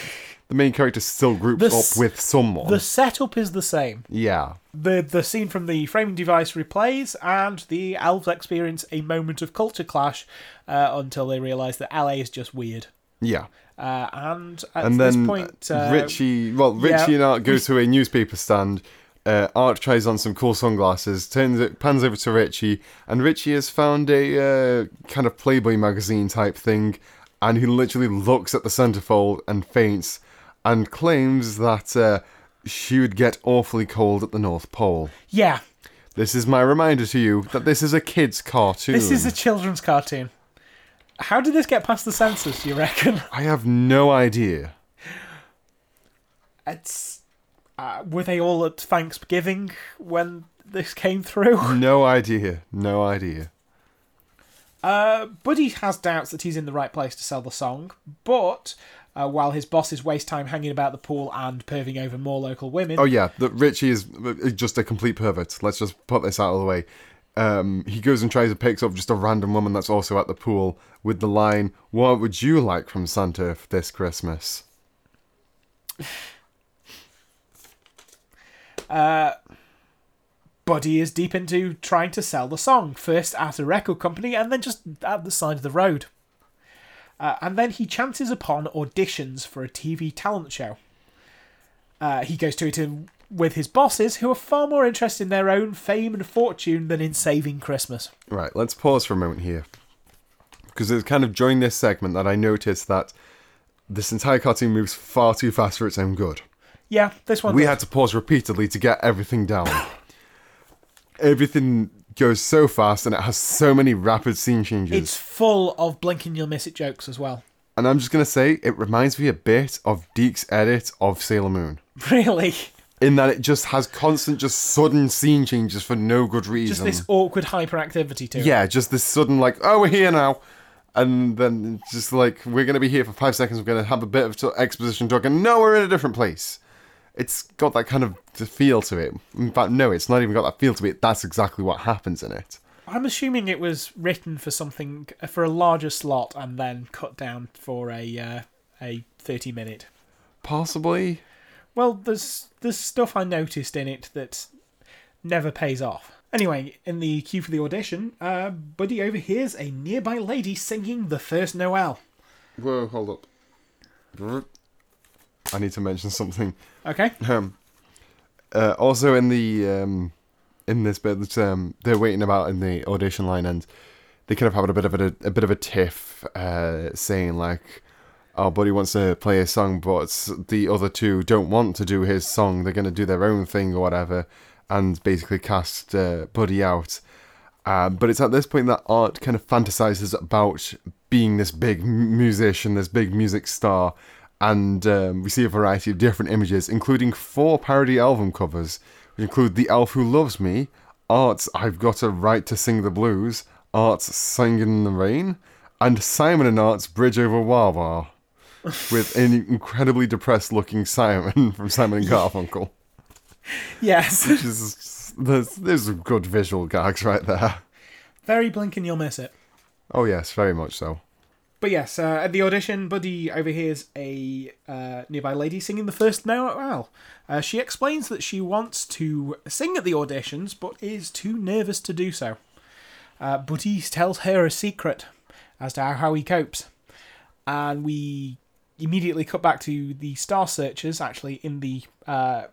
Speaker 2: the main character still groups
Speaker 1: The s-
Speaker 2: up with someone.
Speaker 1: The setup is the same.
Speaker 2: yeah,
Speaker 1: The the scene from the framing device replays, and the elves experience a moment of culture clash uh, until they realise that LA is just weird.
Speaker 2: yeah.
Speaker 1: Uh, and at
Speaker 2: and
Speaker 1: this
Speaker 2: then
Speaker 1: point, uh,
Speaker 2: Richie, well, Richie
Speaker 1: yeah.
Speaker 2: and Art go to a newspaper stand, Uh, Art tries on some cool sunglasses, turns it, pans over to Richie, and Richie has found a uh, kind of Playboy magazine type thing, and he literally looks at the centerfold and faints, and claims that uh, she would get awfully cold at the North Pole.
Speaker 1: Yeah,
Speaker 2: This is my reminder to you that this is a kids' cartoon.
Speaker 1: this is a children's cartoon. How did this get past the censors? do You reckon?
Speaker 2: I have no idea.
Speaker 1: It's uh, were they all at Thanksgiving when this came through?
Speaker 2: No idea. No idea.
Speaker 1: Uh, Buddy has doubts that he's in the right place to sell the song, but uh, while his bosses waste time hanging about the pool and perving over more local women,
Speaker 2: Oh yeah, that Richie is is just a complete pervert. Let's just put this out of the way. Um, he goes and tries to picks up just a random woman that's also at the pool with the line, "What would you like from Santa for this Christmas?"
Speaker 1: Buddy is deep into trying to sell the song, first at a record company and then just at the side of the road. Uh, and then he chances upon auditions for a TV talent show. Uh, he goes to it in, with his bosses, who are far more interested in their own fame and fortune than in saving Christmas.
Speaker 2: Right, let's pause for a moment here. Because it's kind of during this segment that I noticed that this entire cartoon moves far too fast for its own good.
Speaker 1: Yeah, this one.
Speaker 2: We
Speaker 1: does.
Speaker 2: had to pause repeatedly to get everything down. everything goes so fast and it has so many rapid scene changes.
Speaker 1: It's full of blink and you'll miss it jokes as well.
Speaker 2: And I'm just gonna say it reminds me a bit of Deke's edit of Sailor Moon.
Speaker 1: Really?
Speaker 2: In that it just has constant, just sudden scene changes for no good
Speaker 1: Just
Speaker 2: reason.
Speaker 1: this awkward hyperactivity to it.
Speaker 2: yeah, just this sudden like, oh we're here now. And then it's just like we're gonna be here for five seconds, we're gonna have a bit of t- exposition talk, and no, we're in a different place. It's got that kind of t- feel to it. In fact, no, it's not even got that feel to it. That's exactly what happens in it.
Speaker 1: I'm assuming it was written for something for a larger slot and then cut down for a uh, a 30 minute.
Speaker 2: Possibly.
Speaker 1: Well, there's there's stuff I noticed in it that never pays off. Anyway, in the queue for the audition, uh, Buddy overhears a nearby lady singing the first Noel.
Speaker 2: Whoa, hold up. I need to mention something.
Speaker 1: Okay,
Speaker 2: Um, uh, also in the um, in this bit that um, they're waiting about in the audition line, and they kind of have a bit of a, a bit of a tiff, uh, saying like, "Our buddy wants to play a song, but the other two don't want to do his song. They're going to do their own thing or whatever," and basically cast uh, Buddy out. Uh, but it's at this point that art kind of fantasizes about being this big m- musician, this big music star, and um, we see a variety of different images, including four parody album covers, which include The Elf Who Loves Me, Art's I've Got a Right to Sing the Blues, Art's Singing in the Rain, and Simon and Art's Bridge Over Wawa, with an incredibly depressed looking Simon from Simon and Garfunkel.
Speaker 1: yes,
Speaker 2: This is, there's, there's some good visual gags right there.
Speaker 1: very blink and you'll miss it.
Speaker 2: Oh yes, very much so.
Speaker 1: But yes, uh, at the audition, Buddy overhears a uh, nearby lady singing the first Noel. Uh, she explains that she wants to sing at the auditions, but is too nervous to do so. Uh, Buddy tells her a secret as to how he copes, and we immediately cut back to the star searchers actually in the uh,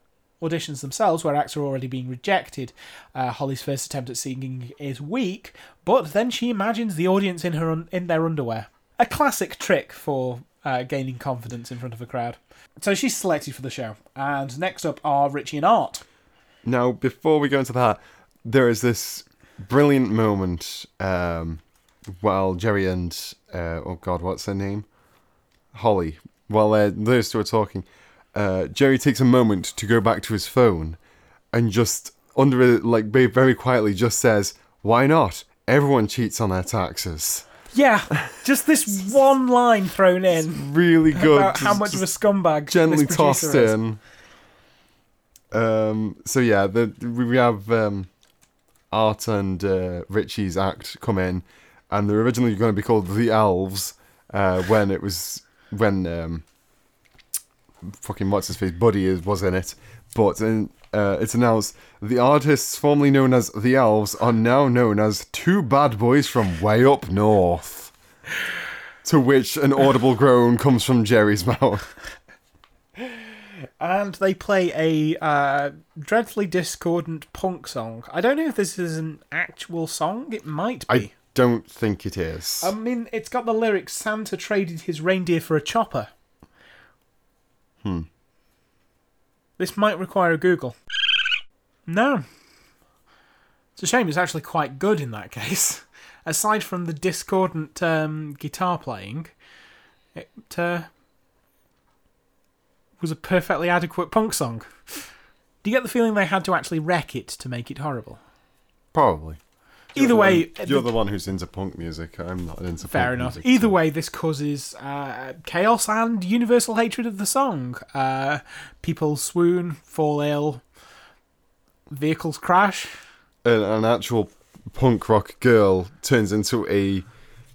Speaker 1: auditions themselves, where acts are already being rejected. Uh, Holly's first attempt at singing is weak, but then she imagines the audience in her un- in their underwear. A classic trick for uh, gaining confidence in front of a crowd. So she's selected for the show, and next up are Richie and Art.
Speaker 2: Now, before we go into that, there is this brilliant moment um, while Jerry and uh, oh god, what's her name, Holly, while uh, those two are talking, uh, Jerry takes a moment to go back to his phone, and just under it, like very- very quietly, just says, "Why not? Everyone cheats on their taxes."
Speaker 1: Yeah, just this one line thrown in
Speaker 2: Really good.
Speaker 1: about how
Speaker 2: just-
Speaker 1: much of a
Speaker 2: just-
Speaker 1: scumbag
Speaker 2: gently
Speaker 1: this
Speaker 2: tossed
Speaker 1: producer is.
Speaker 2: in. Um, so yeah, the, we we have um, Art and uh, Richie's act come in, and they're originally going to be called the Elves uh, when it was when um, fucking what's his face Buddy is, was in it, but in, uh, it's announced the artists formerly known as the Elves are now known as two bad boys from way up north. To which an audible groan comes from Jerry's mouth.
Speaker 1: and they play a uh, dreadfully discordant punk song. I don't know if this is an actual song. It might be.
Speaker 2: I don't think it is.
Speaker 1: I mean, it's got the lyrics Santa traded his reindeer for a chopper. Hmm. This might require a Google. No. It's a shame, it's actually quite good in that case. Aside from the discordant um, guitar playing, it uh, was a perfectly adequate punk song. Do you get the feeling they had to actually wreck it to make it horrible?
Speaker 2: Probably.
Speaker 1: Either way,
Speaker 2: You're
Speaker 1: the-
Speaker 2: the one who's into punk music. I'm not into
Speaker 1: Fair
Speaker 2: punk
Speaker 1: enough.
Speaker 2: music,
Speaker 1: Either
Speaker 2: so-
Speaker 1: way, this causes uh, chaos and universal hatred of the song. Uh, people swoon, fall ill, vehicles crash.
Speaker 2: an, an actual punk rock girl turns into a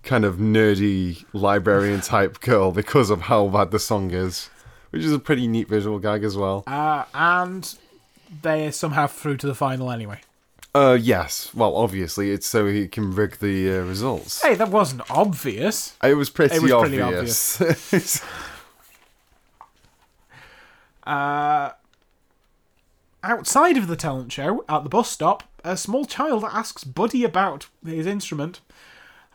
Speaker 2: kind of nerdy librarian type girl because of how bad the song is, which is a pretty neat visual gag as well.
Speaker 1: Uh, and they're somehow through to the final anyway.
Speaker 2: Uh, yes, well, obviously it's so he can rig the uh, results.
Speaker 1: Hey, that wasn't obvious.
Speaker 2: It was pretty
Speaker 1: It was pretty
Speaker 2: obvious.
Speaker 1: Outside of the talent show, at the bus stop, a small child asks Buddy about his instrument,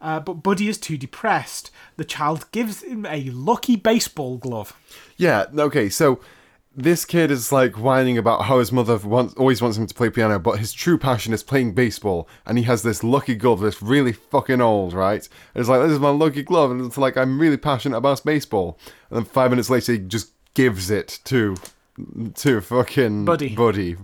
Speaker 1: uh, but Buddy is too depressed. The child gives him a lucky baseball glove.
Speaker 2: yeah. Okay. So this kid is like whining about how his mother wants, always wants him to play piano, but his true passion is playing baseball, and he has this lucky glove that's really fucking old, right? And it's like this is my lucky glove, and it's like I'm really passionate about baseball. And then five minutes later, he just gives it to to fucking
Speaker 1: Buddy.
Speaker 2: Buddy.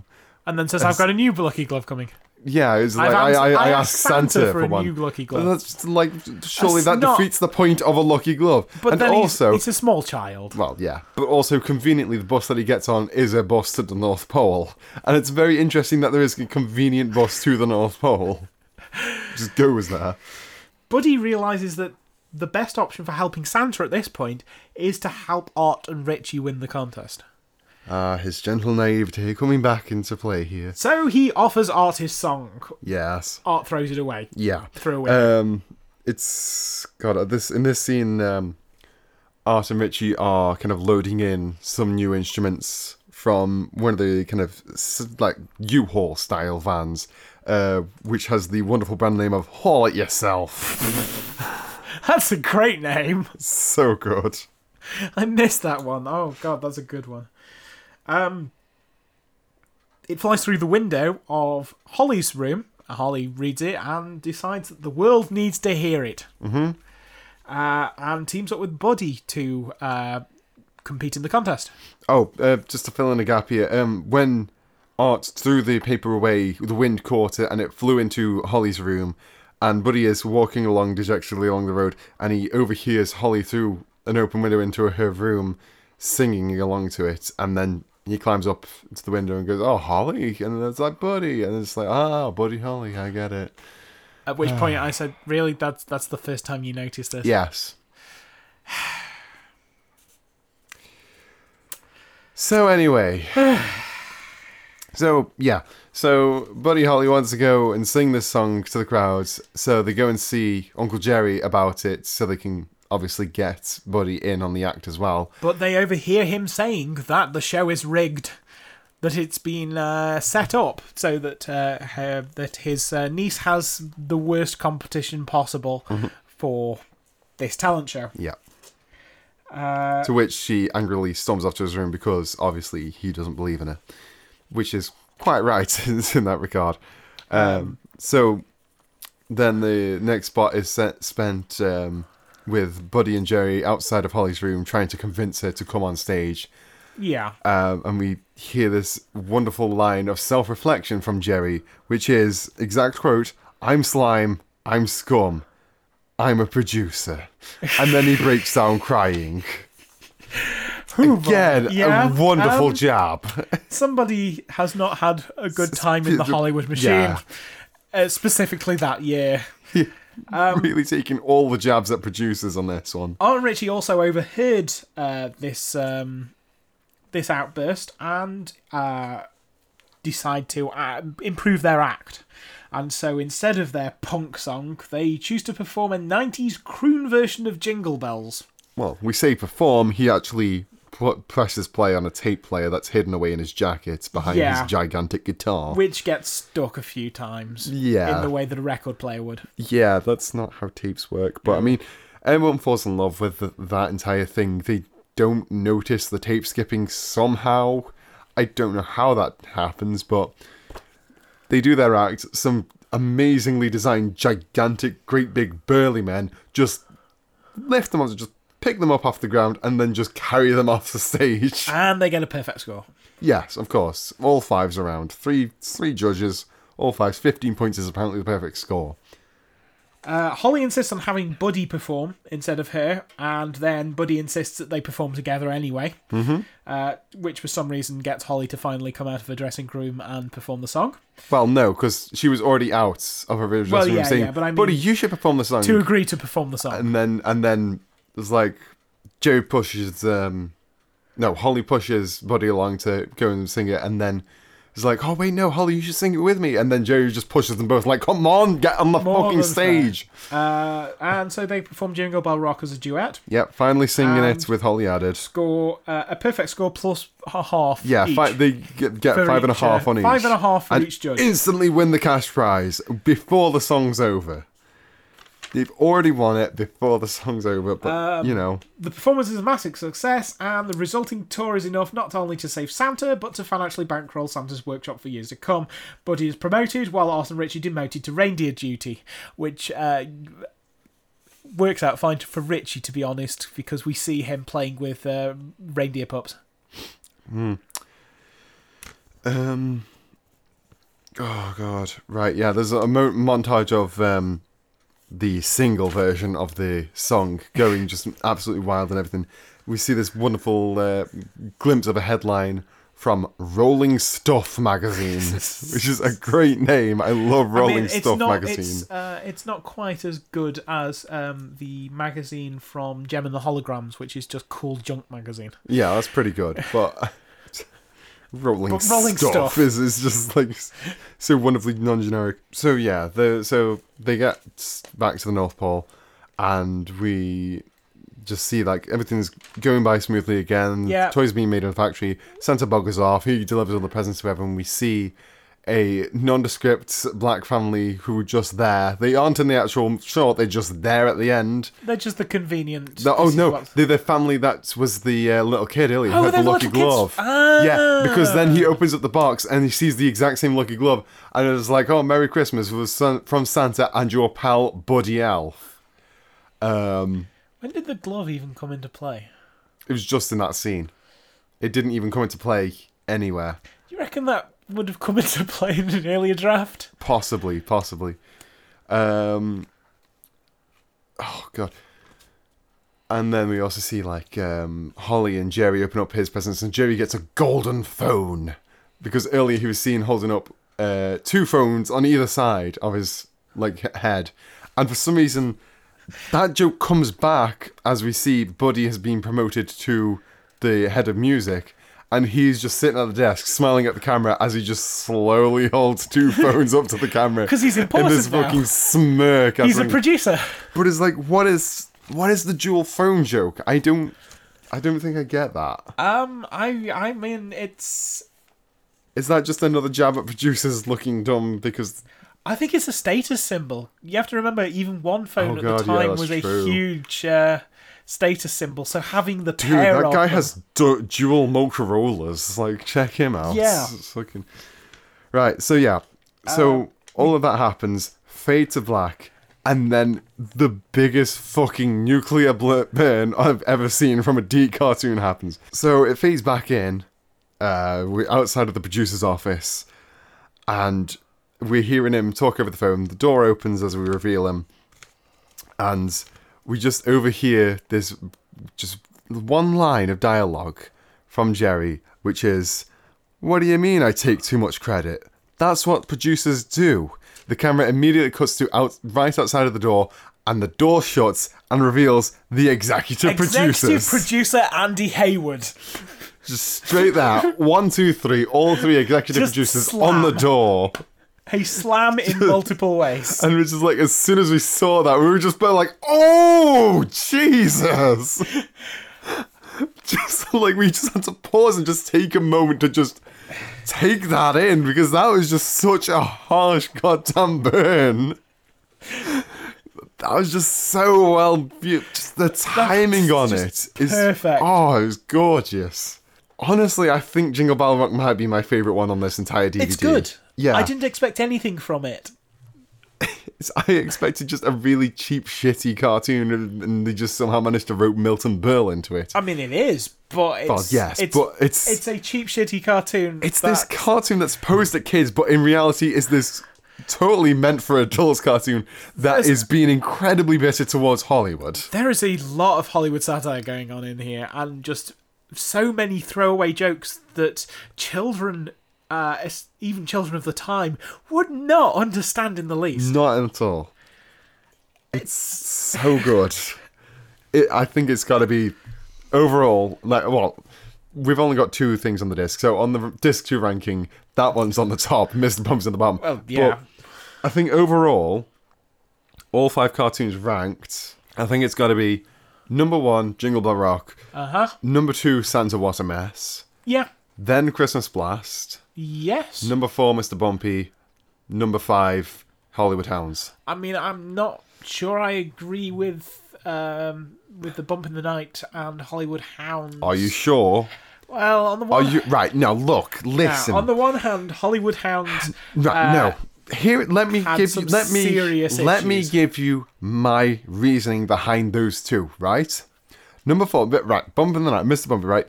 Speaker 1: And then says, I've got a new lucky glove coming.
Speaker 2: Yeah, it's like
Speaker 1: asked-
Speaker 2: I, I,
Speaker 1: I
Speaker 2: I
Speaker 1: asked
Speaker 2: asked Santa,
Speaker 1: Santa for
Speaker 2: for,
Speaker 1: a
Speaker 2: one.
Speaker 1: new lucky glove.
Speaker 2: That's like surely
Speaker 1: That's
Speaker 2: that
Speaker 1: not-
Speaker 2: defeats the point of a lucky glove.
Speaker 1: But
Speaker 2: and
Speaker 1: then he's-
Speaker 2: also,
Speaker 1: it's a small child.
Speaker 2: Well, yeah. But also, conveniently, the bus that he gets on is a bus to the North Pole. And it's very interesting that there is a convenient bus to the North Pole. Just goes there.
Speaker 1: Buddy realizes that the best option for helping Santa at this point is to help Art and Richie win the contest.
Speaker 2: Ah, his gentle naivety coming back into play here.
Speaker 1: So he offers Art his song.
Speaker 2: Yes.
Speaker 1: Art throws it away.
Speaker 2: Yeah.
Speaker 1: Throw away.
Speaker 2: Um, it's God. uh, This in this scene, um, Art and Richie are kind of loading in some new instruments from one of the kind of s- like U-Haul style vans, uh, which has the wonderful brand name of "Haul It Yourself."
Speaker 1: That's a great name.
Speaker 2: so good.
Speaker 1: I missed that one. Oh god, that's a good one. Um, it flies through the window of Holly's room. Holly reads it and decides that the world needs to hear it. Mm-hmm. Uh, and teams up with Buddy to uh, compete in the contest.
Speaker 2: Oh, uh, just to fill in a gap here, um, when Art threw the paper away, the wind caught it and it flew into Holly's room. And Buddy is walking along dejectedly along the road, and he overhears Holly through an open window into her room, singing along to it. And then he climbs up to the window and goes, "Oh, Holly!" And it's like Buddy, and it's like, "Ah, Buddy, Holly, I get it."
Speaker 1: At which point I said, "Really? That's that's the first time you noticed this."
Speaker 2: Yes. So anyway. so yeah. So Buddy Holly wants to go and sing this song to the crowds. So they go and see Uncle Jerry about it so they can obviously get Buddy in on the act as well.
Speaker 1: But they overhear him saying that the show is rigged, that it's been uh, set up so that uh, her, that his uh, niece has the worst competition possible
Speaker 2: Mm-hmm.
Speaker 1: for this talent show.
Speaker 2: Yeah. Uh, to which she angrily storms off to his room because obviously he doesn't believe in her, which is quite right in that regard. Um, so then the next spot is set, spent um, with Buddy and Jerry outside of Holly's room trying to convince her to come on stage.
Speaker 1: Yeah,
Speaker 2: Um, and we hear this wonderful line of self reflection from Jerry, which is exact quote I'm slime, I'm scum, I'm a producer. And then he breaks down crying. Again,
Speaker 1: Yeah,
Speaker 2: a wonderful
Speaker 1: um,
Speaker 2: jab.
Speaker 1: somebody has not had a good time in the Hollywood machine,
Speaker 2: Yeah.
Speaker 1: uh, specifically that year. um,
Speaker 2: really taking all the jabs at producers on this one.
Speaker 1: Aunt Richie also overheard uh, this um, this outburst and uh, decide to uh, improve their act. And so instead of their punk song, they choose to perform a 90s croon version of Jingle Bells.
Speaker 2: Well, we say perform, he actually pl- presses play on a tape player that's hidden away in his jacket behind
Speaker 1: Yeah.
Speaker 2: his gigantic guitar.
Speaker 1: Which gets stuck a few times.
Speaker 2: Yeah.
Speaker 1: In the way that a record player would.
Speaker 2: Yeah, that's not how tapes work. But I mean, everyone falls in love with th that entire thing. They don't notice the tape skipping somehow. I don't know how that happens, but they do their act. Some amazingly designed, gigantic, great big burly men just lift them up, just pick them up off the ground, and then just carry them off the stage.
Speaker 1: And they get a perfect score.
Speaker 2: Yes, of course. All fives around. Three three judges, all fives. Fifteen points is apparently the perfect score.
Speaker 1: Uh, Holly insists on having Buddy perform instead of her, and then Buddy insists that they perform together anyway, mm-hmm. uh, which for some reason gets Holly to finally come out of her dressing room and perform the song.
Speaker 2: Well, no, because she was already out of her original
Speaker 1: Well,
Speaker 2: song
Speaker 1: yeah,
Speaker 2: saying,
Speaker 1: yeah, but I mean-
Speaker 2: "Buddy, you should perform the song."
Speaker 1: To agree to perform the song.
Speaker 2: Mm. and then and then there's like Joe pushes, um, no, Holly pushes Buddy along to go and sing it, and then it's like, "Oh wait, no, Holly, you should sing it with me." And then Joe just pushes them both, like, "Come on, get on the
Speaker 1: More
Speaker 2: fucking
Speaker 1: than fair.
Speaker 2: stage!"
Speaker 1: Uh, and so they perform Jingle Bell Rock as a duet.
Speaker 2: Yep, finally singing
Speaker 1: And-
Speaker 2: it with Holly added.
Speaker 1: Score uh, a perfect score plus a half.
Speaker 2: Yeah,
Speaker 1: each.
Speaker 2: fi- they get, get
Speaker 1: For
Speaker 2: five and a
Speaker 1: each, uh,
Speaker 2: half on each.
Speaker 1: five and a half for
Speaker 2: and
Speaker 1: each judge.
Speaker 2: Instantly win the cash prize before the song's over. They've already won it before the song's over, but
Speaker 1: Um,
Speaker 2: you know,
Speaker 1: The performance is a massive success, and the resulting tour is enough not only to save Santa, but to financially bankroll Santa's workshop for years to come. Buddy is promoted, while Art and Richie demoted to reindeer duty, which uh, works out fine for Richie, to be honest, because we see him playing with uh, reindeer pups.
Speaker 2: um, oh god, right? Yeah, there's a mo- montage of um, the single version of the song going just absolutely wild and everything. We see this wonderful uh, glimpse of a headline from Rolling Stuff magazine, which is a great name. I love Rolling
Speaker 1: I mean, it's
Speaker 2: Stuff
Speaker 1: not,
Speaker 2: magazine.
Speaker 1: It's, uh, it's not quite as good as um, the magazine from Gem and the Holograms, which is just Cool Junk Magazine.
Speaker 2: Yeah, that's pretty good. But rolling,
Speaker 1: But rolling
Speaker 2: stuff,
Speaker 1: stuff.
Speaker 2: Is, is just like s- so wonderfully non-generic. So yeah, the so they get s- back to the North Pole, and we just see like everything's going by smoothly again.
Speaker 1: Yeah.
Speaker 2: toys being made in the factory. Santa buggers off. He delivers all the presents to everyone. We see. A nondescript black family who were just there. They aren't in the actual short, they're just there at the end.
Speaker 1: They're just the convenient.
Speaker 2: The- oh
Speaker 1: this is
Speaker 2: no,
Speaker 1: what-
Speaker 2: the, the family that was the uh, little kid earlier
Speaker 1: Oh,
Speaker 2: had the
Speaker 1: they're the
Speaker 2: lucky
Speaker 1: little kids. Ah.
Speaker 2: glove. Yeah, because then he opens up the box and he sees the exact same lucky glove, and it's like, "Oh, Merry Christmas was son- from Santa and your pal Buddy Elf." Um,
Speaker 1: When did the glove even come into play?
Speaker 2: it was just in that scene. It didn't even come into play anywhere.
Speaker 1: Do you reckon that would have come into play in an earlier draft?
Speaker 2: Possibly, possibly. Um, oh god. And then we also see like um, Holly and Jerry open up his presents, and Jerry gets a golden phone because earlier he was seen holding up uh, two phones on either side of his like he- head, and for some reason that joke comes back as we see Buddy has been promoted to the head of music. And he's just sitting at the desk, smiling at the camera as he just slowly holds two phones up to the camera.
Speaker 1: 'Cause he's
Speaker 2: In this
Speaker 1: important now.
Speaker 2: fucking smirk.
Speaker 1: He's a
Speaker 2: after-
Speaker 1: producer.
Speaker 2: but it's like, what is what is the dual phone joke? I don't, I don't think I get that.
Speaker 1: Um, I, I mean, it's.
Speaker 2: Is that just another jab at producers looking dumb because
Speaker 1: I think it's a status symbol. You have to remember, even one phone
Speaker 2: Oh,
Speaker 1: at
Speaker 2: God,
Speaker 1: the
Speaker 2: yeah,
Speaker 1: time
Speaker 2: that's
Speaker 1: was
Speaker 2: true.
Speaker 1: a huge uh, status symbol. So having the
Speaker 2: dude,
Speaker 1: pair
Speaker 2: that
Speaker 1: of
Speaker 2: guy
Speaker 1: them-
Speaker 2: has du- dual Motorola's. Like, check him out.
Speaker 1: Yeah.
Speaker 2: It's fucking right. So yeah, so all of that happens. Fade to black. And then the biggest fucking nuclear bl- burn I've ever seen from a deep cartoon happens. So it fades back in. Uh, we're outside of the producer's office. and we're hearing him talk over the phone. The door opens as we reveal him, and we just overhear this just one line of dialogue from Jerry, which is, "What do you mean I take too much credit? That's what producers do." The camera immediately cuts to out right outside of the door, and the door shuts and reveals the executive,
Speaker 1: Executive
Speaker 2: producers.
Speaker 1: producer Andy Hayward.
Speaker 2: just straight there, one, two, three, all three executive
Speaker 1: Just
Speaker 2: producers
Speaker 1: slam.
Speaker 2: on the door.
Speaker 1: A slam in multiple ways.
Speaker 2: And it was just like, as soon as we saw that, we were just both like, oh, Jesus. just like we just had to pause and just take a moment to just take that in because that was just such a harsh goddamn burn. That was just so well. bu- Just the timing on it is
Speaker 1: perfect.
Speaker 2: Oh, it was gorgeous. Honestly, I think Jingle Bell Rock might be my favorite one on this entire DVD.
Speaker 1: It's good.
Speaker 2: Yeah,
Speaker 1: I didn't expect anything from it.
Speaker 2: it's- I expected just a really cheap, shitty cartoon, and and they just somehow managed to rope Milton Berle into it.
Speaker 1: I mean, it is, but Um, it's.
Speaker 2: Well, yes,
Speaker 1: it's,
Speaker 2: but it's-
Speaker 1: It's a cheap, shitty cartoon.
Speaker 2: It's
Speaker 1: that-
Speaker 2: this cartoon that's posed at kids, but in reality, is this totally meant for adults cartoon that
Speaker 1: There's-
Speaker 2: is being incredibly bitter towards Hollywood.
Speaker 1: There is a lot of Hollywood satire going on in here, and just so many throwaway jokes that children, uh, es- even children of the time, would not understand in the least.
Speaker 2: Not at all. It's so good. It, I think it's got to be overall. Like, well, we've only got two things on the disc, so on the r- disc two ranking, that one's on the top. Mr. Bump's on the bottom.
Speaker 1: Well, yeah.
Speaker 2: But I think overall, all five cartoons ranked. I think it's got to be number one, Jingle Bell Rock.
Speaker 1: Uh huh.
Speaker 2: Number two, Santa What a Mess.
Speaker 1: Yeah.
Speaker 2: Then Christmas Blast.
Speaker 1: Yes.
Speaker 2: Number four, Mr. Bumpy. Number five, Hollywood Hounds.
Speaker 1: I mean, I'm not sure I agree with um, with the bump in the night and Hollywood Hounds.
Speaker 2: Are you sure?
Speaker 1: Well, on the
Speaker 2: Are
Speaker 1: one
Speaker 2: you right now? Look, listen.
Speaker 1: now, on the one hand, Hollywood Hounds.
Speaker 2: right
Speaker 1: uh,
Speaker 2: no. Here, let me
Speaker 1: had
Speaker 2: give you.
Speaker 1: some
Speaker 2: Let me
Speaker 1: serious
Speaker 2: let me
Speaker 1: issues.
Speaker 2: give you my reasoning behind those two. Right. Number four. But right, Bump in the Night, Mr. Bumpy. Right.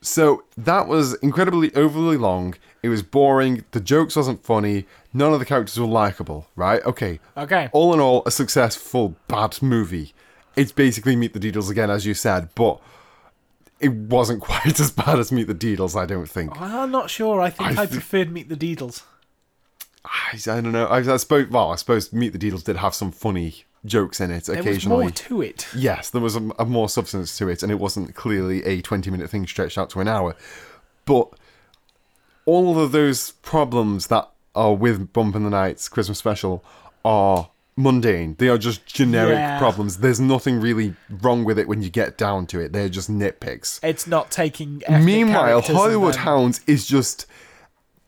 Speaker 2: So that was incredibly overly long. It was boring. The jokes wasn't funny. None of the characters were likable. Right. Okay.
Speaker 1: Okay.
Speaker 2: All in all, a successful bad movie. It's basically Meet the Deedles again, as you said, but it wasn't quite as bad as Meet the Deedles. I don't think.
Speaker 1: I'm not sure. I think
Speaker 2: I
Speaker 1: I,
Speaker 2: thi-
Speaker 1: preferred Meet the Deedles.
Speaker 2: I, I don't know. I, I suppose. Well, I suppose Meet the Deedles did have some funny jokes in it
Speaker 1: There was
Speaker 2: occasionally.
Speaker 1: more to it.
Speaker 2: yes, there was a, a more substance to it, and it wasn't clearly a twenty-minute thing stretched out to an hour. But all of those problems that are with Bump in the Night's Christmas special are mundane. They are just generic
Speaker 1: Yeah.
Speaker 2: problems. There's nothing really wrong with it when you get down to it. They're just nitpicks.
Speaker 1: It's not taking. ethnic
Speaker 2: Meanwhile,
Speaker 1: characters and
Speaker 2: Hollywood
Speaker 1: then-
Speaker 2: Hounds is just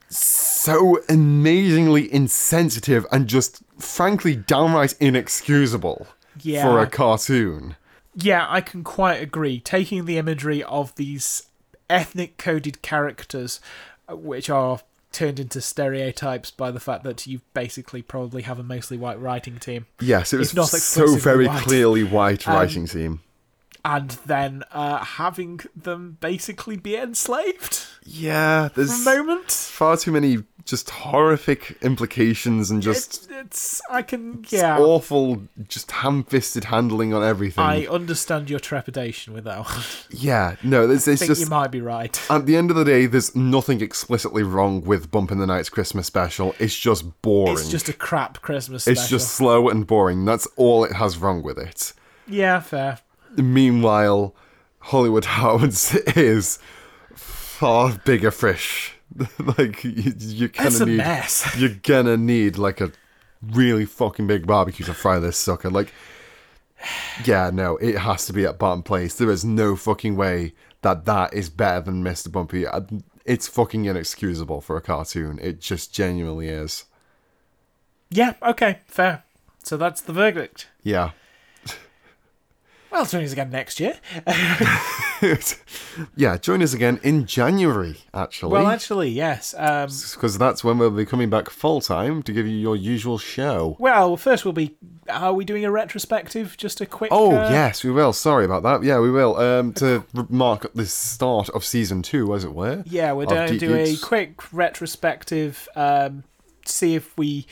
Speaker 2: so amazingly insensitive and just frankly downright inexcusable
Speaker 1: Yeah.
Speaker 2: for a cartoon.
Speaker 1: Yeah, I can quite agree. Taking the imagery of these ethnic coded characters, uh, which are turned into stereotypes by the fact that you basically probably have a mostly white writing team,
Speaker 2: Yes, it
Speaker 1: It's
Speaker 2: was
Speaker 1: not
Speaker 2: so
Speaker 1: exclusively
Speaker 2: very
Speaker 1: white. Um,
Speaker 2: clearly white writing team.
Speaker 1: and then uh, having them basically be enslaved
Speaker 2: Yeah,
Speaker 1: for a
Speaker 2: there's
Speaker 1: moment.
Speaker 2: far too many just horrific implications and just
Speaker 1: It's, it's I can yeah.
Speaker 2: awful, just ham-fisted handling on everything.
Speaker 1: I understand your trepidation with that one. I
Speaker 2: yeah, no, it's, it's
Speaker 1: think
Speaker 2: just
Speaker 1: you might be right.
Speaker 2: At the end of the day, there's nothing explicitly wrong with Bump in the Night's Christmas special. It's just boring.
Speaker 1: It's just a crap Christmas
Speaker 2: It's
Speaker 1: special.
Speaker 2: just slow and boring. That's all it has wrong with it.
Speaker 1: Yeah, fair.
Speaker 2: Meanwhile, Hollywood Howards is far bigger fish. like you, you kind
Speaker 1: It's a
Speaker 2: of need,
Speaker 1: mess.
Speaker 2: you're gonna need like a really fucking big barbecue to fry this sucker. Like, yeah, no, it has to be at bottom place. There is no fucking way that that is better than Mr. Bumpy. I- It's fucking inexcusable for a cartoon. It just genuinely is.
Speaker 1: Yeah, okay, fair. So that's the verdict.
Speaker 2: Yeah.
Speaker 1: Well, join us again next year.
Speaker 2: yeah, join us again in January, actually.
Speaker 1: Well, actually, yes. Um,
Speaker 2: because that's when we'll be coming back full time to give you your usual show.
Speaker 1: well, first we'll be. Are we doing a retrospective? Just a quick.
Speaker 2: Oh
Speaker 1: uh,
Speaker 2: yes, we will. Sorry about that. Yeah, we will. Um, to r- mark the start of season two, as it were.
Speaker 1: Yeah, we're
Speaker 2: of
Speaker 1: going to
Speaker 2: Deep
Speaker 1: do a
Speaker 2: Geeks.
Speaker 1: quick retrospective. Um, see if we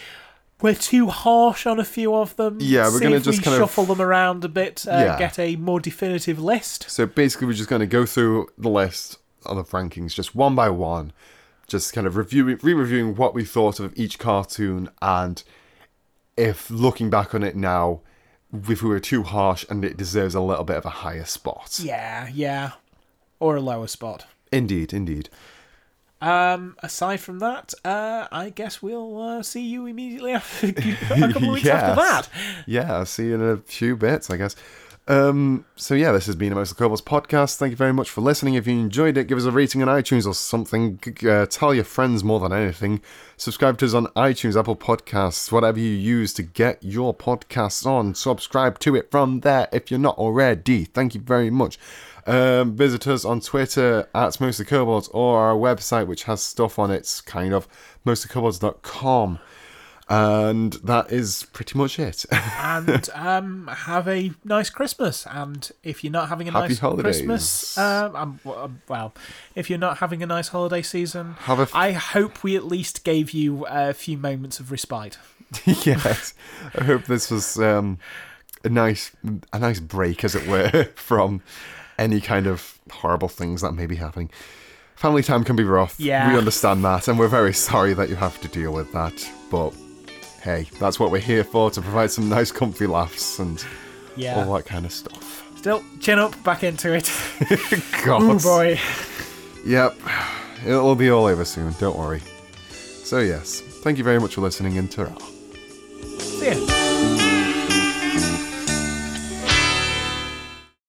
Speaker 1: we're too harsh on a few of them.
Speaker 2: Yeah, we're
Speaker 1: see
Speaker 2: gonna
Speaker 1: if
Speaker 2: just
Speaker 1: we
Speaker 2: kind of-
Speaker 1: shuffle them around a bit. Uh,
Speaker 2: Yeah.
Speaker 1: Get a more definitive list.
Speaker 2: So basically, we're just going to go through the list of the rankings, just one by one, just kind of reviewing, re-reviewing what we thought of each cartoon, and if looking back on it now, if we were too harsh and it deserves a little bit of a higher spot.
Speaker 1: Yeah, yeah, or a lower spot.
Speaker 2: Indeed, indeed.
Speaker 1: Um, aside from that, uh, I guess we'll uh, see you immediately after a couple of weeks after that.
Speaker 2: Yeah, I'll see you in a few bits, I guess. Um, so yeah, this has been a Most of the Kobolds podcast. Thank you very much for listening. If you enjoyed it, give us a rating on iTunes or something. G- Uh, tell your friends more than anything. Subscribe to us on iTunes, Apple Podcasts, whatever you use to get your podcasts on. Subscribe to it from there if you're not already. Thank you very much. Um, visit us on Twitter at Most of the Kobolds or our website, which has stuff on it, kind of, mostofthekobolds.com. And that is pretty much it.
Speaker 1: and um, have a nice Christmas. And if you're not having a
Speaker 2: Happy
Speaker 1: nice
Speaker 2: holidays.
Speaker 1: Christmas, um, um, w- um, well, if you're not having a nice holiday season,
Speaker 2: Have a f-
Speaker 1: I hope we at least gave you a few moments of respite.
Speaker 2: yes. I hope this was um, a nice a nice break, as it were, from any kind of horrible things that may be happening. Family time can be rough.
Speaker 1: Yeah.
Speaker 2: We understand that, and we're very sorry that you have to deal with that. But hey, that's what we're here for to provide some nice, comfy laughs and
Speaker 1: Yeah.
Speaker 2: all that kind of stuff.
Speaker 1: Still, chin up, back into it.
Speaker 2: God.
Speaker 1: Oh boy.
Speaker 2: Yep. It'll be all over soon, don't worry. So, yes, thank you very much for listening, and ta
Speaker 1: See ya.